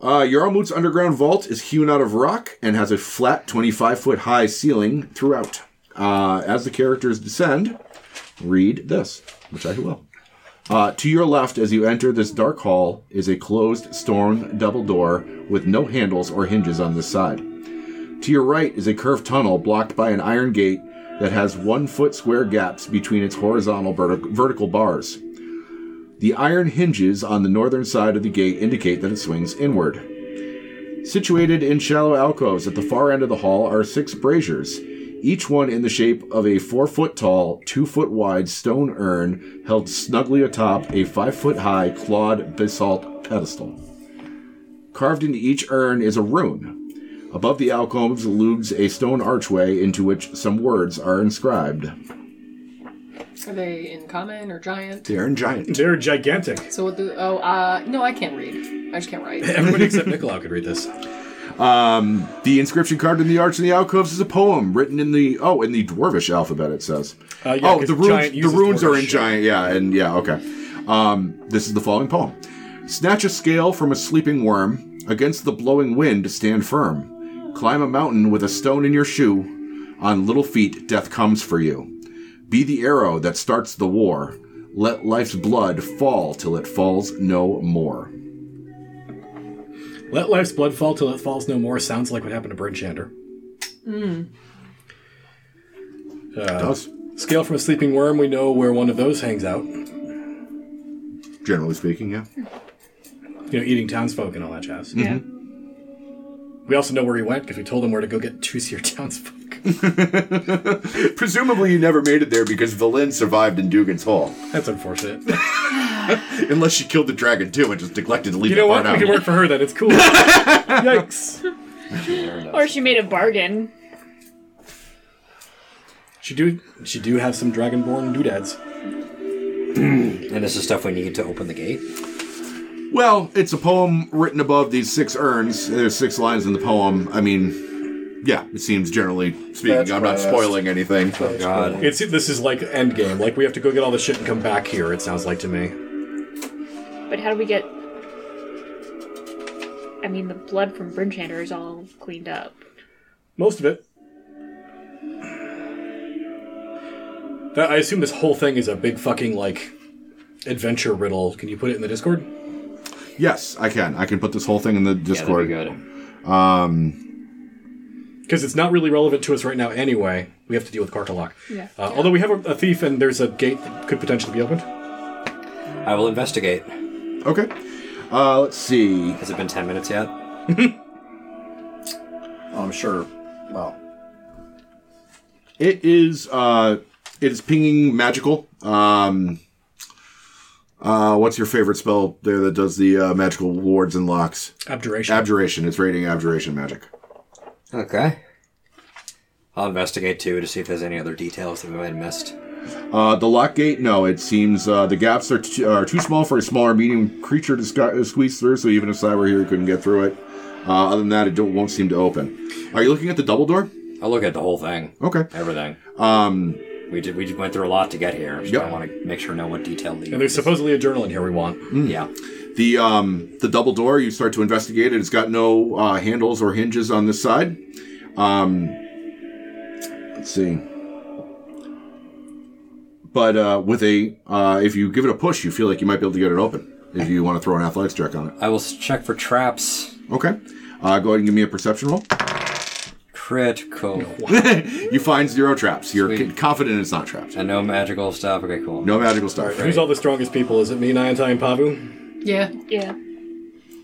Uh, Yarmut's underground vault is hewn out of rock and has a flat 25 foot high ceiling throughout. Uh, as the characters descend, read this, which I will. Uh, to your left, as you enter this dark hall, is a closed stone double door with no handles or hinges on this side. To your right is a curved tunnel blocked by an iron gate that has one foot square gaps between its horizontal vertic- vertical bars. The iron hinges on the northern side of the gate indicate that it swings inward. Situated in shallow alcoves at the far end of the hall are six braziers, each one in the shape of a four foot tall, two foot wide stone urn held snugly atop a five foot high clawed basalt pedestal. Carved into each urn is a rune. Above the alcoves looms a stone archway into which some words are inscribed.
Are they in common or giant?
They're in giant.
They're gigantic.
So what do? Oh, uh, no, I can't read. I just can't write.
Everybody except Nicolau could read this.
The inscription carved in the arch in the alcoves is a poem written in the oh in the dwarvish alphabet. It says.
Uh, yeah,
oh,
'cause
the runes.
giant
The
uses
runes are in
dwarvish, yeah.
giant. Yeah, and yeah, okay. Um, this is the following poem: Snatch a scale from a sleeping worm. Against the blowing wind, stand firm. Climb a mountain with a stone in your shoe. On little feet, death comes for you. Be the arrow that starts the war. Let life's blood fall till it falls no more.
Let life's blood fall till it falls no more sounds like what happened to Burn Chander. Uh,
Does
Scale from a sleeping worm, we know where one of those hangs out.
generally speaking, yeah.
You know, eating townsfolk and all that jazz.
yeah.
We also know where he went because we told him where to go get Tusier townsfolk.
Presumably, you never made it there because Valin survived in Dugan's Hall.
That's unfortunate.
Unless she killed the dragon too and just neglected to leave
You know
that
what? We
part
can
out.
work for her then. It's cool. Yikes.
Or she made a bargain.
She do she do have some dragonborn doodads.
And this is stuff we need to open the gate.
Oh, Well, it's a poem written above these six urns. There's six lines in the poem. I mean, yeah, it seems generally speaking.
That's
I'm not
why I
spoiling anything.
God.
It's this is like endgame. Like we have to go get all the shit and come back here. It sounds like to me.
But how do we get? I mean, the blood from Brinchander is all cleaned up.
Most of it. That, I assume this whole thing is a big fucking like adventure riddle. Can you put it in the Discord?
Yes, I can. I can put this whole thing in the
Yeah, that'd
Discord.
be good.
Because it's not really relevant to us right now anyway. We have to deal with Karkalok.
Yeah.
Uh, Although we have a, a thief and there's a gate that could potentially be opened.
I will investigate.
okay. Uh, let's see.
Has it been 10 minutes yet?
I'm sure. Well,
It is uh it is pinging magical. Um uh what's your favorite spell there that does the uh, magical wards and locks?
Abjuration.
Abjuration. It's rating abjuration magic.
Okay. I'll investigate too to see if there's any other details that we might have missed.
Uh the lock gate, no, it seems uh the gaps are, t- are too small for a smaller medium creature to sc- squeeze through, so even if Cy were here he couldn't get through it. Uh, other than that, it don't, won't seem to open. Are you looking at the double door?
I'll look at the whole thing.
Okay.
Everything.
Um,
We did. We just went through a lot to get here. So I
Yep.
want to make sure know what detail leaves.
And there's supposedly a journal in here we want.
Hmm.
Yeah.
The um, the double door. You start to investigate it. It's got no uh, handles or hinges on this side. Um, let's see. But uh, with a, uh, if you give it a push, you feel like you might be able to get it open. If you want to throw an athletics check on it.
I will s- check for traps.
Okay. Uh, go ahead and give me a perception roll.
Critical.
You find zero traps. You're
Sweet.
confident it's not trapped.
And no magical stuff. Okay, cool.
No magical stuff.
Who's all the strongest people? Is it me, Niantai, and Pavu?
Yeah.
Yeah.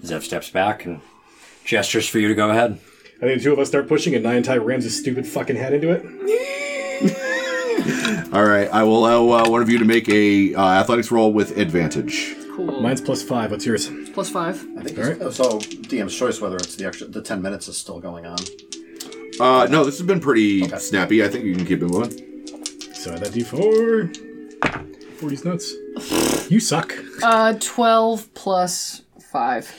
Zev steps back and gestures for you to go ahead.
I think the two of us start pushing, and Niantai rams his stupid fucking head into it.
All right. I will allow uh, one of you to make a uh, athletics roll with advantage.
Cool.
Mine's plus five. What's yours?
Plus five.
I think it's- so. DM's choice whether it's the extra the ten minutes is still going on.
Uh, no, this has been pretty snappy. I think you can keep it moving.
So that d4. 40's nuts. You suck.
Uh, twelve plus five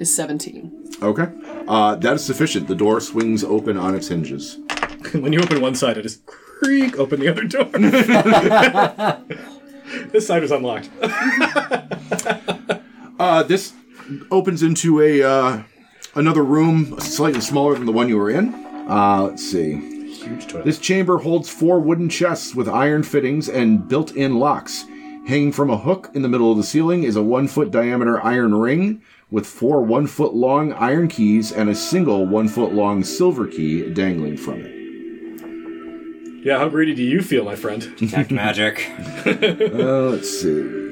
is seventeen.
Okay. Uh, that is sufficient. The door swings open on its hinges.
when you open one side, I just creak open the other door. this side was unlocked.
Uh, this opens into a uh, another room, slightly smaller than the one you were in. Uh, let's see.
Huge toilet.
This chamber holds four wooden chests with iron fittings and built-in locks. Hanging from a hook in the middle of the ceiling is a one-foot diameter iron ring with four one-foot long iron keys and a single one-foot long silver key dangling from it.
yeah, how greedy do you feel, my friend?
Detect magic.
Uh, let's see.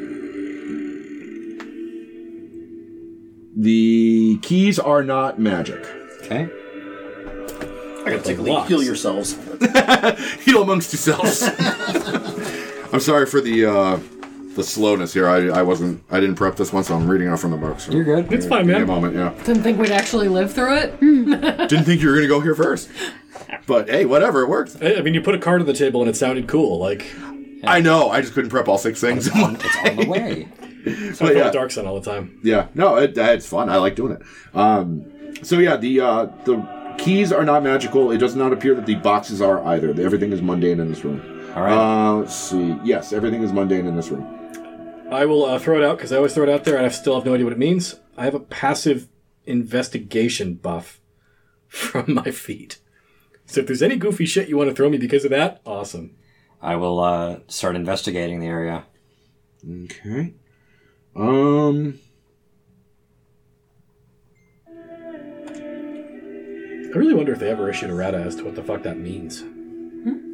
The keys are not magic.
Okay.
I gotta take a leak.
locks.
Heal yourselves.
Heal amongst yourselves. I'm sorry for the uh, the slowness here. I, I wasn't I didn't prep this one, so I'm reading off from the book. So
You're good.
It's fine,
Give me a
man.
moment, yeah.
Didn't think we'd actually live through it.
Didn't think you were gonna go here first, but hey, whatever, it worked.
I I mean, you put a card on the table and it sounded cool. Like,
I know. I just couldn't prep all six things. in one.
It's on the way. Oh,
so I
But
play
yeah.
the Dark Sun all the time.
yeah, no, it, uh, it's fun. I like doing it. Um, so yeah, the uh, the keys are not magical. It does not appear that the boxes are either. Everything is mundane in this room.
All right.
Uh, let's see. Yes, everything is mundane in this room.
I will uh, throw it out because I always throw it out there and I still have no idea what it means. I have a passive investigation buff from my feet. So if there's any goofy shit you want to throw me because of that, awesome.
I will uh, start investigating the area.
Okay. Um.
I really wonder if they ever issued a rata as to what the fuck that means.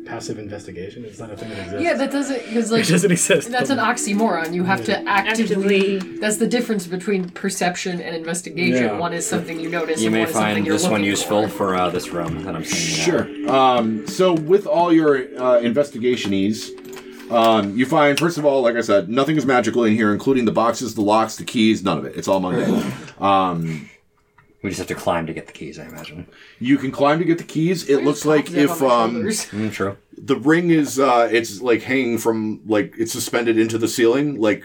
Passive investigation? Is that a thing that exists?
Hmm? Yeah, that doesn't because like
it doesn't exist.
that's an oxymoron. You have to actively.
Actively.
That's the difference between perception and investigation.
Yeah.
One is something you notice.
You
and
may
one is something
find
you're
this one
looking
useful
For.
for uh, this room that I'm seeing. uh, now.
Sure. Um. So with all your uh, investigation ease. Um, you find, first of all, like I said, nothing is magical in here, including the boxes, the locks, the keys, none of it. It's all mundane.
We just have to climb to get the keys, I imagine.
you can climb to get the keys. It looks like
Zip
if
on my
um,
shoulders.
Mm, true.
the ring is uh it's like hanging from like it's suspended into the ceiling like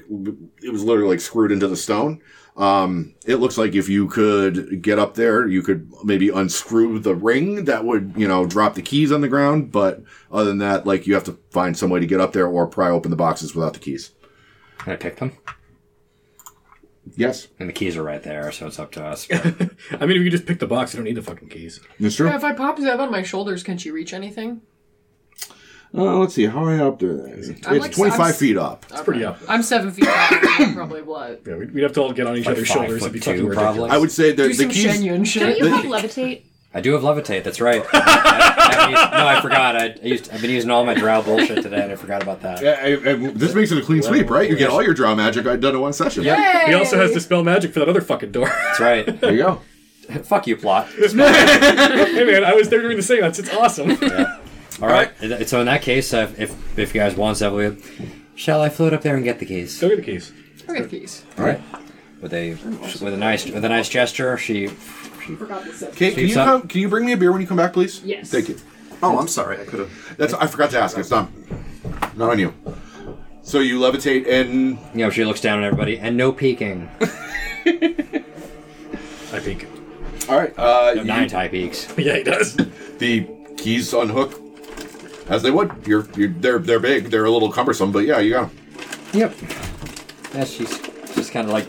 it was literally like screwed into the stone um it looks like if you could get up there you could maybe unscrew the ring that would you know drop the keys on the ground but other than that like you have to find some way to get up there or pry open the boxes without the keys
Can I pick them?
yes
And the keys are right there, so it's up to us.
I mean, if you just pick the box, you don't need the fucking keys.
that's true
Yeah, if I pop Zev on my shoulders, can she reach anything?
uh, let's see how high up there it's
I'm like-
25
I'm-
feet up
It's pretty up.
I'm seven feet tall. probably what?
Yeah, we'd, we'd have to all get on each
Like
other's
five
shoulders. It'd
foot
be
two,
fucking ridiculous.
probably.
i would say the,
Do
the
some
keys
Shenyun
Don't
shit.
you have levitate?
I do have levitate. That's right. I, I used- no, I forgot. I, I used. I've been using all my drow bullshit today, and I forgot about that.
Yeah, I- I- this makes it a clean sweep, right? You get all your draw magic done in one session.
He also has dispel magic for that other fucking door.
That's right.
There you go.
Fuck you, plot.
Hey man, I was there during the seance. It's awesome.
All right. And So in that case, uh, if if you guys want Zevlia, shall I float up there and get the keys?
Go get the keys.
Okay, keys.
All right. With a with a nice with a nice gesture, she
Forgot the set.
Can, can you
Keeps up.
come, can you bring me a beer when you come back, please?
Yes.
Thank you.
Oh, I'm sorry. I could have.
That's I forgot to ask. It's not not on you. So you levitate and
you know she looks down at everybody and no peeking.
I peek.
all right. Uh, you-
Nine high peaks.
Yeah, he does.
the keys unhook as they would. You're, you're they're they're big. They're a little cumbersome, but yeah, you got 'em.
Yep. Yeah, she's just kind of like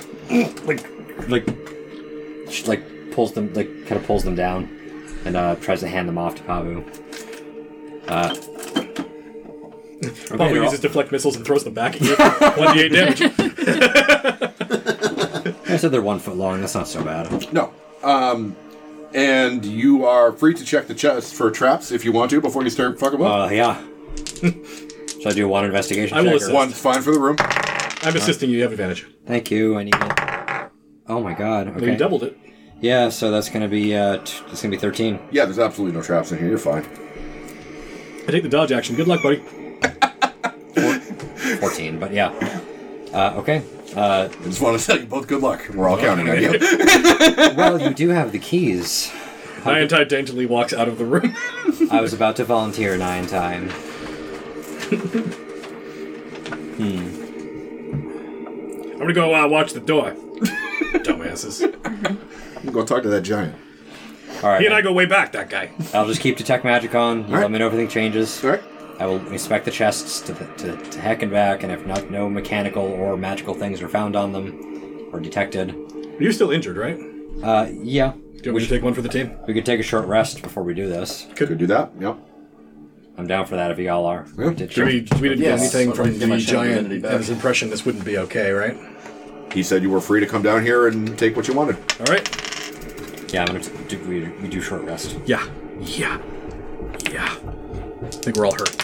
like like she like pulls them like kind of pulls them down and uh, tries to hand them off to Pavu. Uh,
Pavu
okay,
uses deflect missiles and throws them back at you. 1d8 damage.
I said they're one foot long. That's not so bad.
No. Um, and you are free to check the chest for traps if you want to before you start fucking with.
Uh, yeah. Should I do one investigation
I will
check? or-
assist.
One's fine for the room.
I'm assisting you. You have advantage.
Thank you. I need it. Oh my god.
Well,
Okay.
You doubled it.
Yeah, so that's gonna be uh, t- it's gonna be thirteen.
Yeah, there's absolutely no traps in here. You're fine.
I take the dodge action. Good luck, buddy.
Fourteen, but yeah. Uh, okay. Uh,
I just want to tell you both good luck. We're all counting on you.
well, you do have the keys.
Niantai daintily walks out of the room.
I was about to volunteer nine time.
I'm gonna go uh, watch the door. Dumbasses.
Go talk to that giant.
All right.
He and I go way back. That guy.
I'll just keep detect magic on. You
right.
Let me know if anything changes.
All right.
I will inspect the chests to, the, to, to heck and back, and if not, no mechanical or magical things are found on them or detected.
You're still injured, right? Do
Uh, yeah.
you want me to take one for the team?
We could take a short rest before we do this.
Could do that. Yep.
I'm down for that if y'all are.
Yeah,
Did
Sure.
you-
We, we didn't
Yes.
get anything
I'd
from
like to get my
the
shadow
giant
identity back.
as impression this wouldn't be okay, right?
He said you were free to come down here and take what you wanted.
All right.
Yeah, I'm gonna t- do, we, we do short rest.
Yeah. Yeah. Yeah. I think we're all hurt.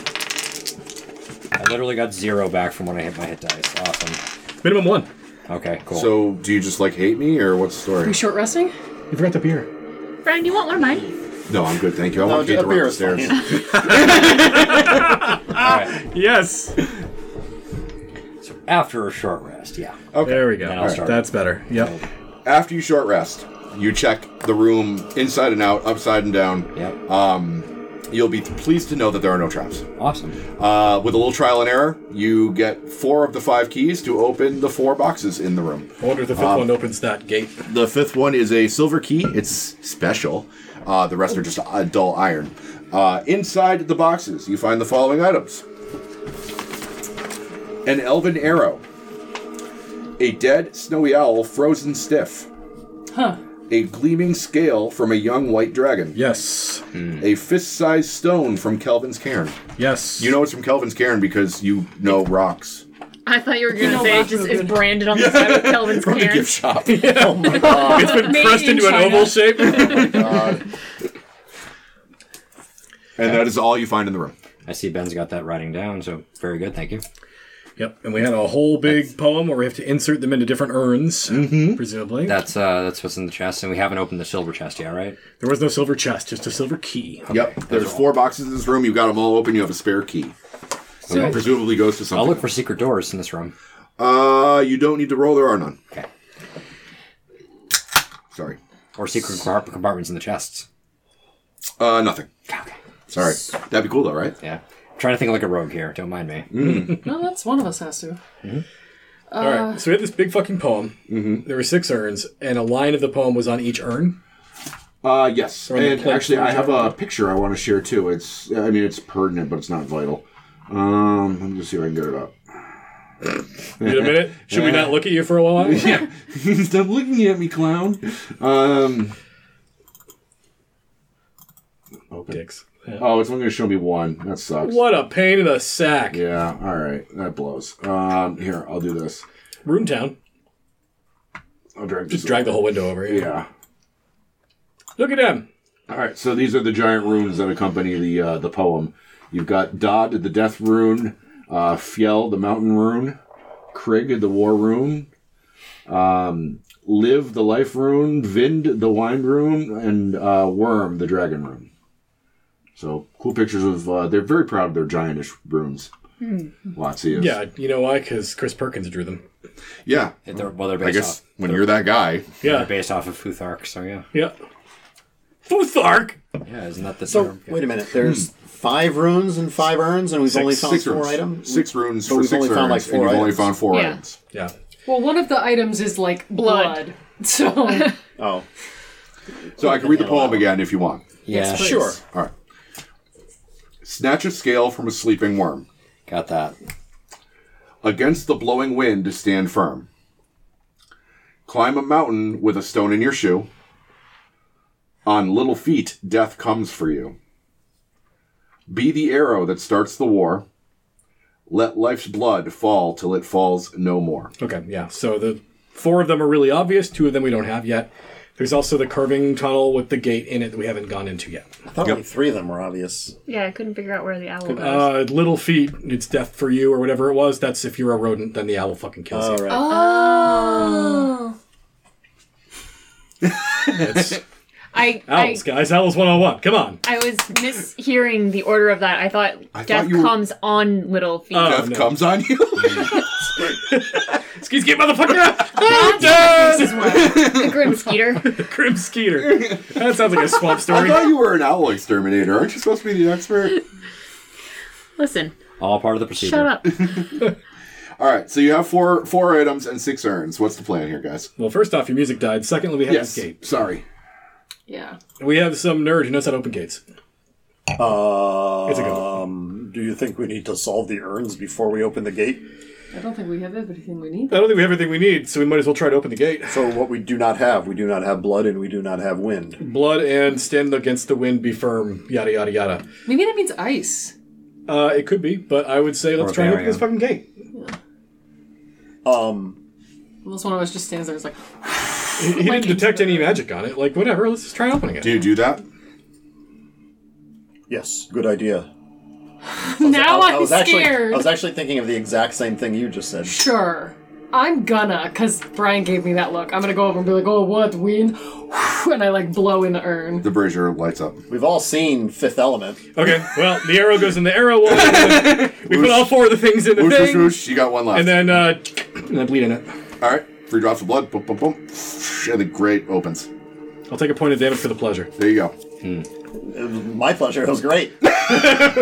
I literally got zero back from when I hit my hit dice. Awesome.
Minimum one.
Okay, cool.
So, do you just like hate me, or what's the
We
story?
short resting?
You forgot the beer.
Brian, do you want one of mine?
No, I'm good, thank you. I
No,
want to
a
get to run
beer is
upstairs.
fine.
All right.
Yes.
So after a short rest, yeah.
There we go.
Then I'll start.
That's better. Yep.
After you short rest, you check the room inside and out, upside and down.
Yep.
You'll be pleased to know that there are no traps.
awesome.
Uh, with a little trial and error, you get four of the five keys to open the four boxes in the room.
I wonder if the fifth
Um,
one opens that gate.
The fifth one is a silver key. It's special. Uh, the rest are just uh, dull iron. Uh, inside the boxes, you find the following items an elven arrow, a dead snowy owl frozen stiff,
Huh.
a gleaming scale from a young white dragon,
Yes.
a fist sized stone from Kelvin's Cairn.
Yes.
You know it's from Kelvin's Cairn because you know rocks.
I thought you were gonna
know
say it
lots
just
of
is
good-
branded on the side with Kelvin's
From the
Cairn.
gift shop.
it's been
Made
pressed
in
into
China.
an oval shape.
And that is all you find in the room.
I see Ben's got that writing down, so very good. Thank you.
yep. And we had a whole big poem where we have to insert them into different urns,
Mm-hmm.
presumably.
That's uh, that's what's in the chest, and we haven't opened the silver chest yet, right?
there was no silver chest, just a silver key.
Yep. There's four boxes in this room. You've got them all open. You have a spare key.
Okay.
Presumably goes to something.
I'll look for secret doors in this room.
Uh, you don't need to roll. There are none.
Okay.
Sorry.
Or secret compart- compartments in the chests.
Uh, nothing.
Okay.
Sorry. That'd be cool though, right?
Yeah. I'm trying to think like a rogue here. Don't mind me.
No, that's one of us has to.
All right. So we had this big fucking poem. Mm-hmm. There were six urns, and a line of the poem was on each urn.
Uh, yes.
on the
And
plate
actually,
for
I
you.
have a picture I want to share too. It's, I mean, it's pertinent, but it's not vital. Um, let me just see if I can get it up.
Wait a minute. Should we not look at you for a while?
Mm-hmm. Yeah. Stop looking at me, clown. Um.
Dicks.
Oh, it's only going to show me one. That sucks.
What a pain in the sack.
Yeah. All right. That blows. Um. Here, I'll do this.
Room town.
I'll drag.
Just drag the whole window over. Yeah.
Yeah.
Look at them.
All right, so these are the giant runes that accompany the uh, the poem. You've got Dodd, the death rune, uh, Fjell, the mountain rune, Krig, the war rune, um, Live, the life rune, Vind, the wine room, and uh, Worm, the dragon room. So cool pictures of. Uh, they're very proud of their giantish rooms.
Hmm.
Lotzi is.
Yeah, you know why? Because Chris Perkins drew them.
yeah.
They're, well, they're
I
based
guess
off.
when you're that guy,
They're
Yeah,
based off of Futhark, so yeah.
yeah. Futhark.
Yeah, isn't that the
So
term?
wait a minute. There's five runes and five urns, and we've only found
six
four
runes,
items.
six runes
But
for
we've
six
only found, like,
urns, and
four
you've only
items.
found four
Yeah.
items.
Yeah.
Well, one of the items is like blood.
Blood.
So
Oh,
So I can read the poem again if you want.
Yeah,
please.
sure.
All right. Snatch a scale from a sleeping worm.
Got that.
Against the blowing wind, stand firm. Climb a mountain with a stone in your shoe. On little feet, death comes for you. Be the arrow that starts the war. Let life's blood fall till it falls no more.
Okay, yeah. So the four of them are really obvious. Two of them we don't have yet. There's also the curving tunnel with the gate in it that we haven't gone into yet.
I thought only three of them were obvious.
Yeah, I couldn't figure out where the owl was.
Uh, little feet, it's death for you or whatever it was. That's if you're a rodent, then the owl fucking kills
All
you.
right.
oh.
Oh,
It's
I, I
owls, guys. Owls 101. Come on.
I was mishearing the order of that. I thought
thought
death
you were-
comes on little feet.
Oh,
death
no.
comes on you.
Skis get motherfucker.
This is wild. the grim skeeter.
Grim Skeeter. That sounds like a swamp
I
story.
thought you were an owl exterminator. Aren't you supposed to be the expert?
Listen,
All part of the procedure.
shut up.
All right, so you have four four items and six urns. What's the plan here, guys?
Well, first off, your music died. Secondly, we have
Yes.
this gate.
Sorry.
yeah.
We have some nerd who knows how to open gates.
Um,
It's a good one.
do you think we need to solve the urns before we open the gate?
I don't think we have everything we need.
I don't think we have everything we need, so we might as well try to open the gate.
So what we do not have, we do not have blood, and we do not have wind.
Blood and stand against the wind, be firm, yada, yada, yada.
Maybe that means ice.
Uh, it could be, but I would say let's
Or
try and open
barrier.
this fucking gate.
Um,
Unless one of us just stands there and is like,
He, he didn't detect
uh,
any magic on it. Like, whatever, let's just try opening it.
Do you do that?
yes, good idea.
now
I,
I,
I was
am
actually,
scared.
I was actually thinking of the exact same thing you just said.
sure. I'm gonna, because Brian gave me that look. I'm gonna go over and be like, oh, what, wind? And I like blow in the urn.
The brazier lights up.
We've all seen Fifth Element.
Okay, well, the arrow goes in the arrow wall. we put all four of the things in the
Whoosh, whoosh,
thing.
whoosh. You got one left.
And then, uh, and I bleed in it.
All right, three drops of blood. Boom, boom, boom. And the grate opens.
I'll take a point of damage for the pleasure.
There you go.
My pleasure. It was great.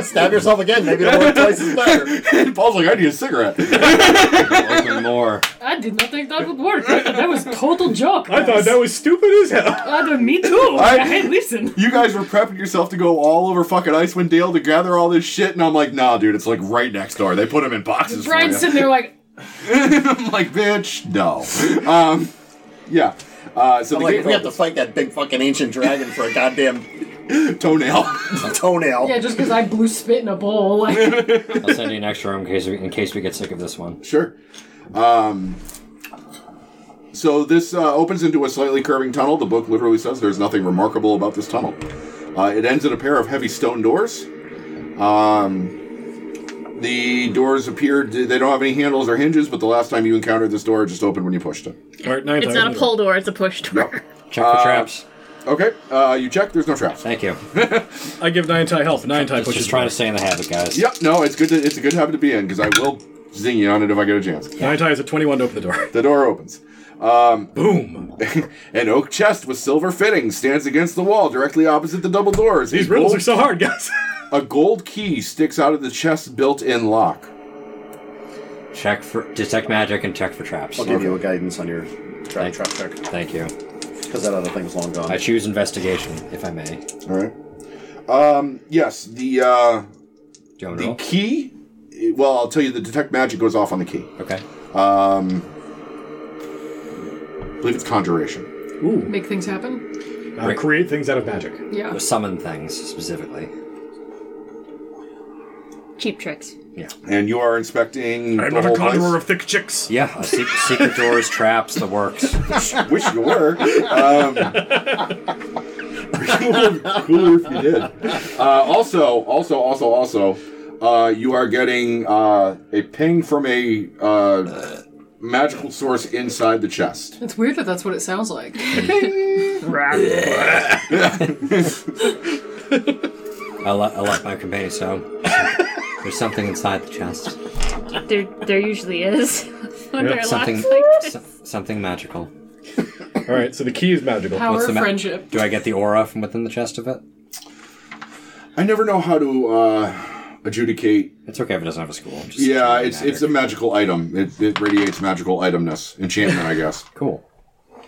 Stab yourself again. Maybe it'll work twice as better.
Paul's like, I need a cigarette.
Open more.
I did not think that would work. I thought that was total joke.
I thought that was stupid as hell.
Uh, me too.
I-
hey, listen.
you guys were prepping yourself to go all over fucking Icewind Dale to gather all this shit, and I'm like, nah, dude, it's like right next door. They put them in boxes for
Brian's
you.
sitting there like,
I'm like, bitch, no. Um, yeah. Uh, so
I'm
the
like,
gate
if we have to
opens.
fight that big fucking ancient dragon for a goddamn
toenail.
toenail.
yeah, just because I blew spit in a bowl. Like,
I'll send you an extra room in case, we, in case we get sick of this one.
Sure. Um, so this uh, opens into a slightly curving tunnel. The book literally says there's nothing remarkable about this tunnel. Uh, it ends in a pair of heavy stone doors. Um, the doors appeared, they don't have any handles or hinges, but the last time you encountered this door, it just opened when you pushed it.
All right, nine
It's
times.
not a pull door, it's a push door.
Check for traps.
Okay, uh, you check, there's no traps.
Thank you.
I give nine tie health. Nine tie
Just,
pushes.
just trying to stay in the habit, guys.
Yep, no, it's good. To, it's a good habit to be in because I will zing you on it if I get a chance.
Nine tie is a twenty-one to open the door.
The door opens.
Boom.
An oak chest with silver fittings stands against the wall, directly opposite the double doors.
These riddles are so hard, guys.
A gold key sticks out of the chest's built-in lock.
Check for detect magic and check for traps.
I'll give you a guidance on your trap
Thank-
trap check
Thank you.
because that other thing's long gone.
I choose investigation, if I may. Do
All right. Um. Yes. The uh,
you want me to
the
roll?
key. Well, I'll tell you. The detect magic goes off on the key.
Okay.
I believe it's conjuration.
Ooh.
make things happen.
Uh, create things out of magic.
Yeah.
Summon things specifically.
Cheap tricks.
And you are inspecting.
I'm
the
not a
whole
conjurer
place.
of thick chicks.
Yeah, uh, se- secret doors, traps, the works.
Wish you were. Um, cooler if you did. Uh, also, also, also, also, uh, you are getting uh, a ping from a uh,
magical source inside the chest.
It's weird that that's what it sounds like.
I'll let, I'll let my companion know. There's something inside the chest.
There, there usually is. Under a lot
Something,
like this.
so- something magical.
All right, so the key is magical.
Power
What's
of
the ma-
friendship.
Do I get the aura from within the chest of it?
I never know how to uh, adjudicate.
It's okay if it doesn't have a school. Just
Yeah, it's it's a magical item. It, it radiates magical itemness, enchantment, I guess.
cool.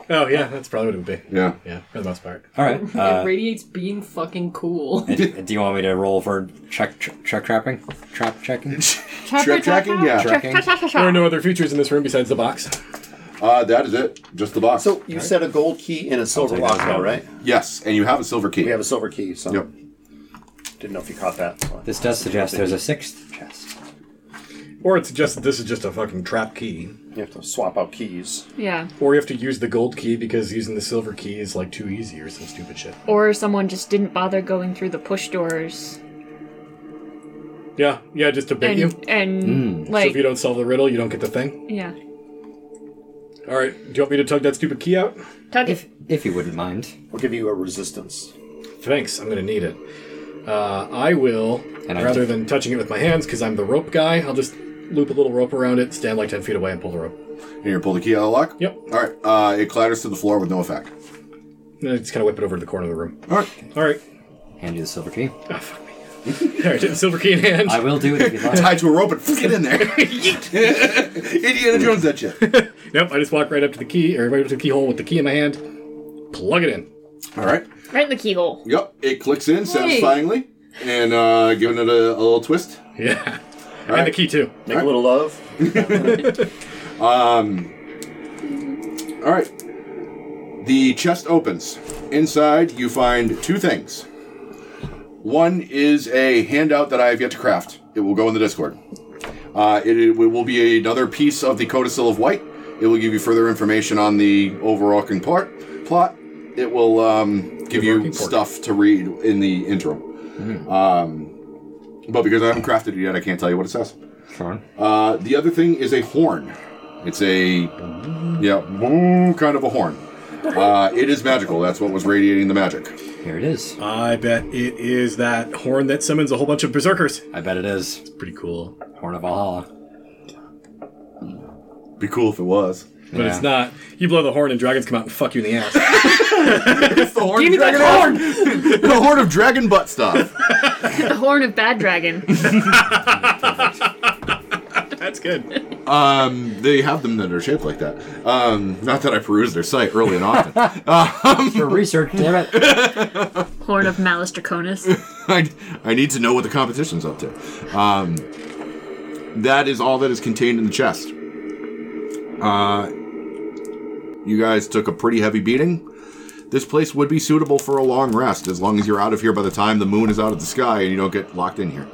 Oh yeah, that's probably what it would be.
Yeah.
Yeah, for the most part.
All right. Uh,
it radiates being fucking cool.
d- Uh, do you want me to roll for check check, check trapping? Trap checking?
Trap tracking, yeah.
Tracking?
There are no other features in this room besides the box.
Uh, that is it. Just the box.
So you said a gold key and a silver
take that
lock,
as
though,
well.
right?
yes, and you have a silver key.
We have a silver key, so
Yep.
didn't know if you caught that. so.
This does suggest there's a sixth chest.
Or it suggests that this is just a fucking trap key.
You have to swap out keys.
Yeah.
Or you have to use the gold key because using the silver key is like too easy or some stupid shit.
Or someone just didn't bother going through the push doors.
Yeah, yeah, just to bait
And,
you.
and
so
like,
if you don't solve the riddle, you don't get the thing.
yeah.
All right, do you want me to tug that stupid key out?
Tug
If if you wouldn't mind,
We'll give you a resistance.
Thanks, I'm gonna need it. Uh, I will,
And I
rather
did-
than touching it with my hands because I'm the rope guy, I'll just loop a little rope around it, stand like 10 feet away, and pull the rope.
And you pull the key out of the lock?
Yep.
All right. Uh, it clatters to the floor with no effect.
And I just kind of whip it over to the corner of the room.
All right.
All right.
hand you the silver key.
Ah, fuck me. All right, silver key in hand.
I will do it if you'd like.
Tied to a rope and get in there. Indiana Jones that shit.
Yep, I just walk right up to the key, or right up to the keyhole with the key in my hand, plug it in.
All right.
right in the keyhole.
Yep. It clicks in satisfyingly and uh, giving it a, a little twist.
Yeah. and
right.
the key, too.
Make a little love.
All right. The chest opens. Inside, you find two things. One is a handout that I have yet to craft. It will go in the Discord. Uh, it, it will be another piece of the Codicil of White. It will give you further information on the overarching part, plot. It will um, give you
Overarching port.
stuff to read in the interim. Um, but because I haven't crafted it yet, I can't tell you what it says.
Sure.
Uh, the other thing is a horn. It's a yeah, woo kind of a horn. Uh, it is magical. That's what was radiating the magic.
Here it is.
I bet it is that horn that summons a whole bunch of berserkers.
I bet it is.
It's pretty cool.
Horn of Valhalla.
Be cool if it was.
But it's not. You blow the horn and dragons come out and fuck you in the ass.
It's the horn. Give me that horn. the horn of dragon butt stuff.
The horn of bad dragon.
That's good.
Um, they have them that are shaped like that. Um, not that I peruse their site early and often.
For research, damn it.
horn of Malus Draconis.
I, I need to know what the competition's up to. Um, that is all that is contained in the chest. Uh, you guys took a pretty heavy beating. This place would be suitable for a long rest as long as you're out of here by the time the moon is out of the sky and you don't get locked in here.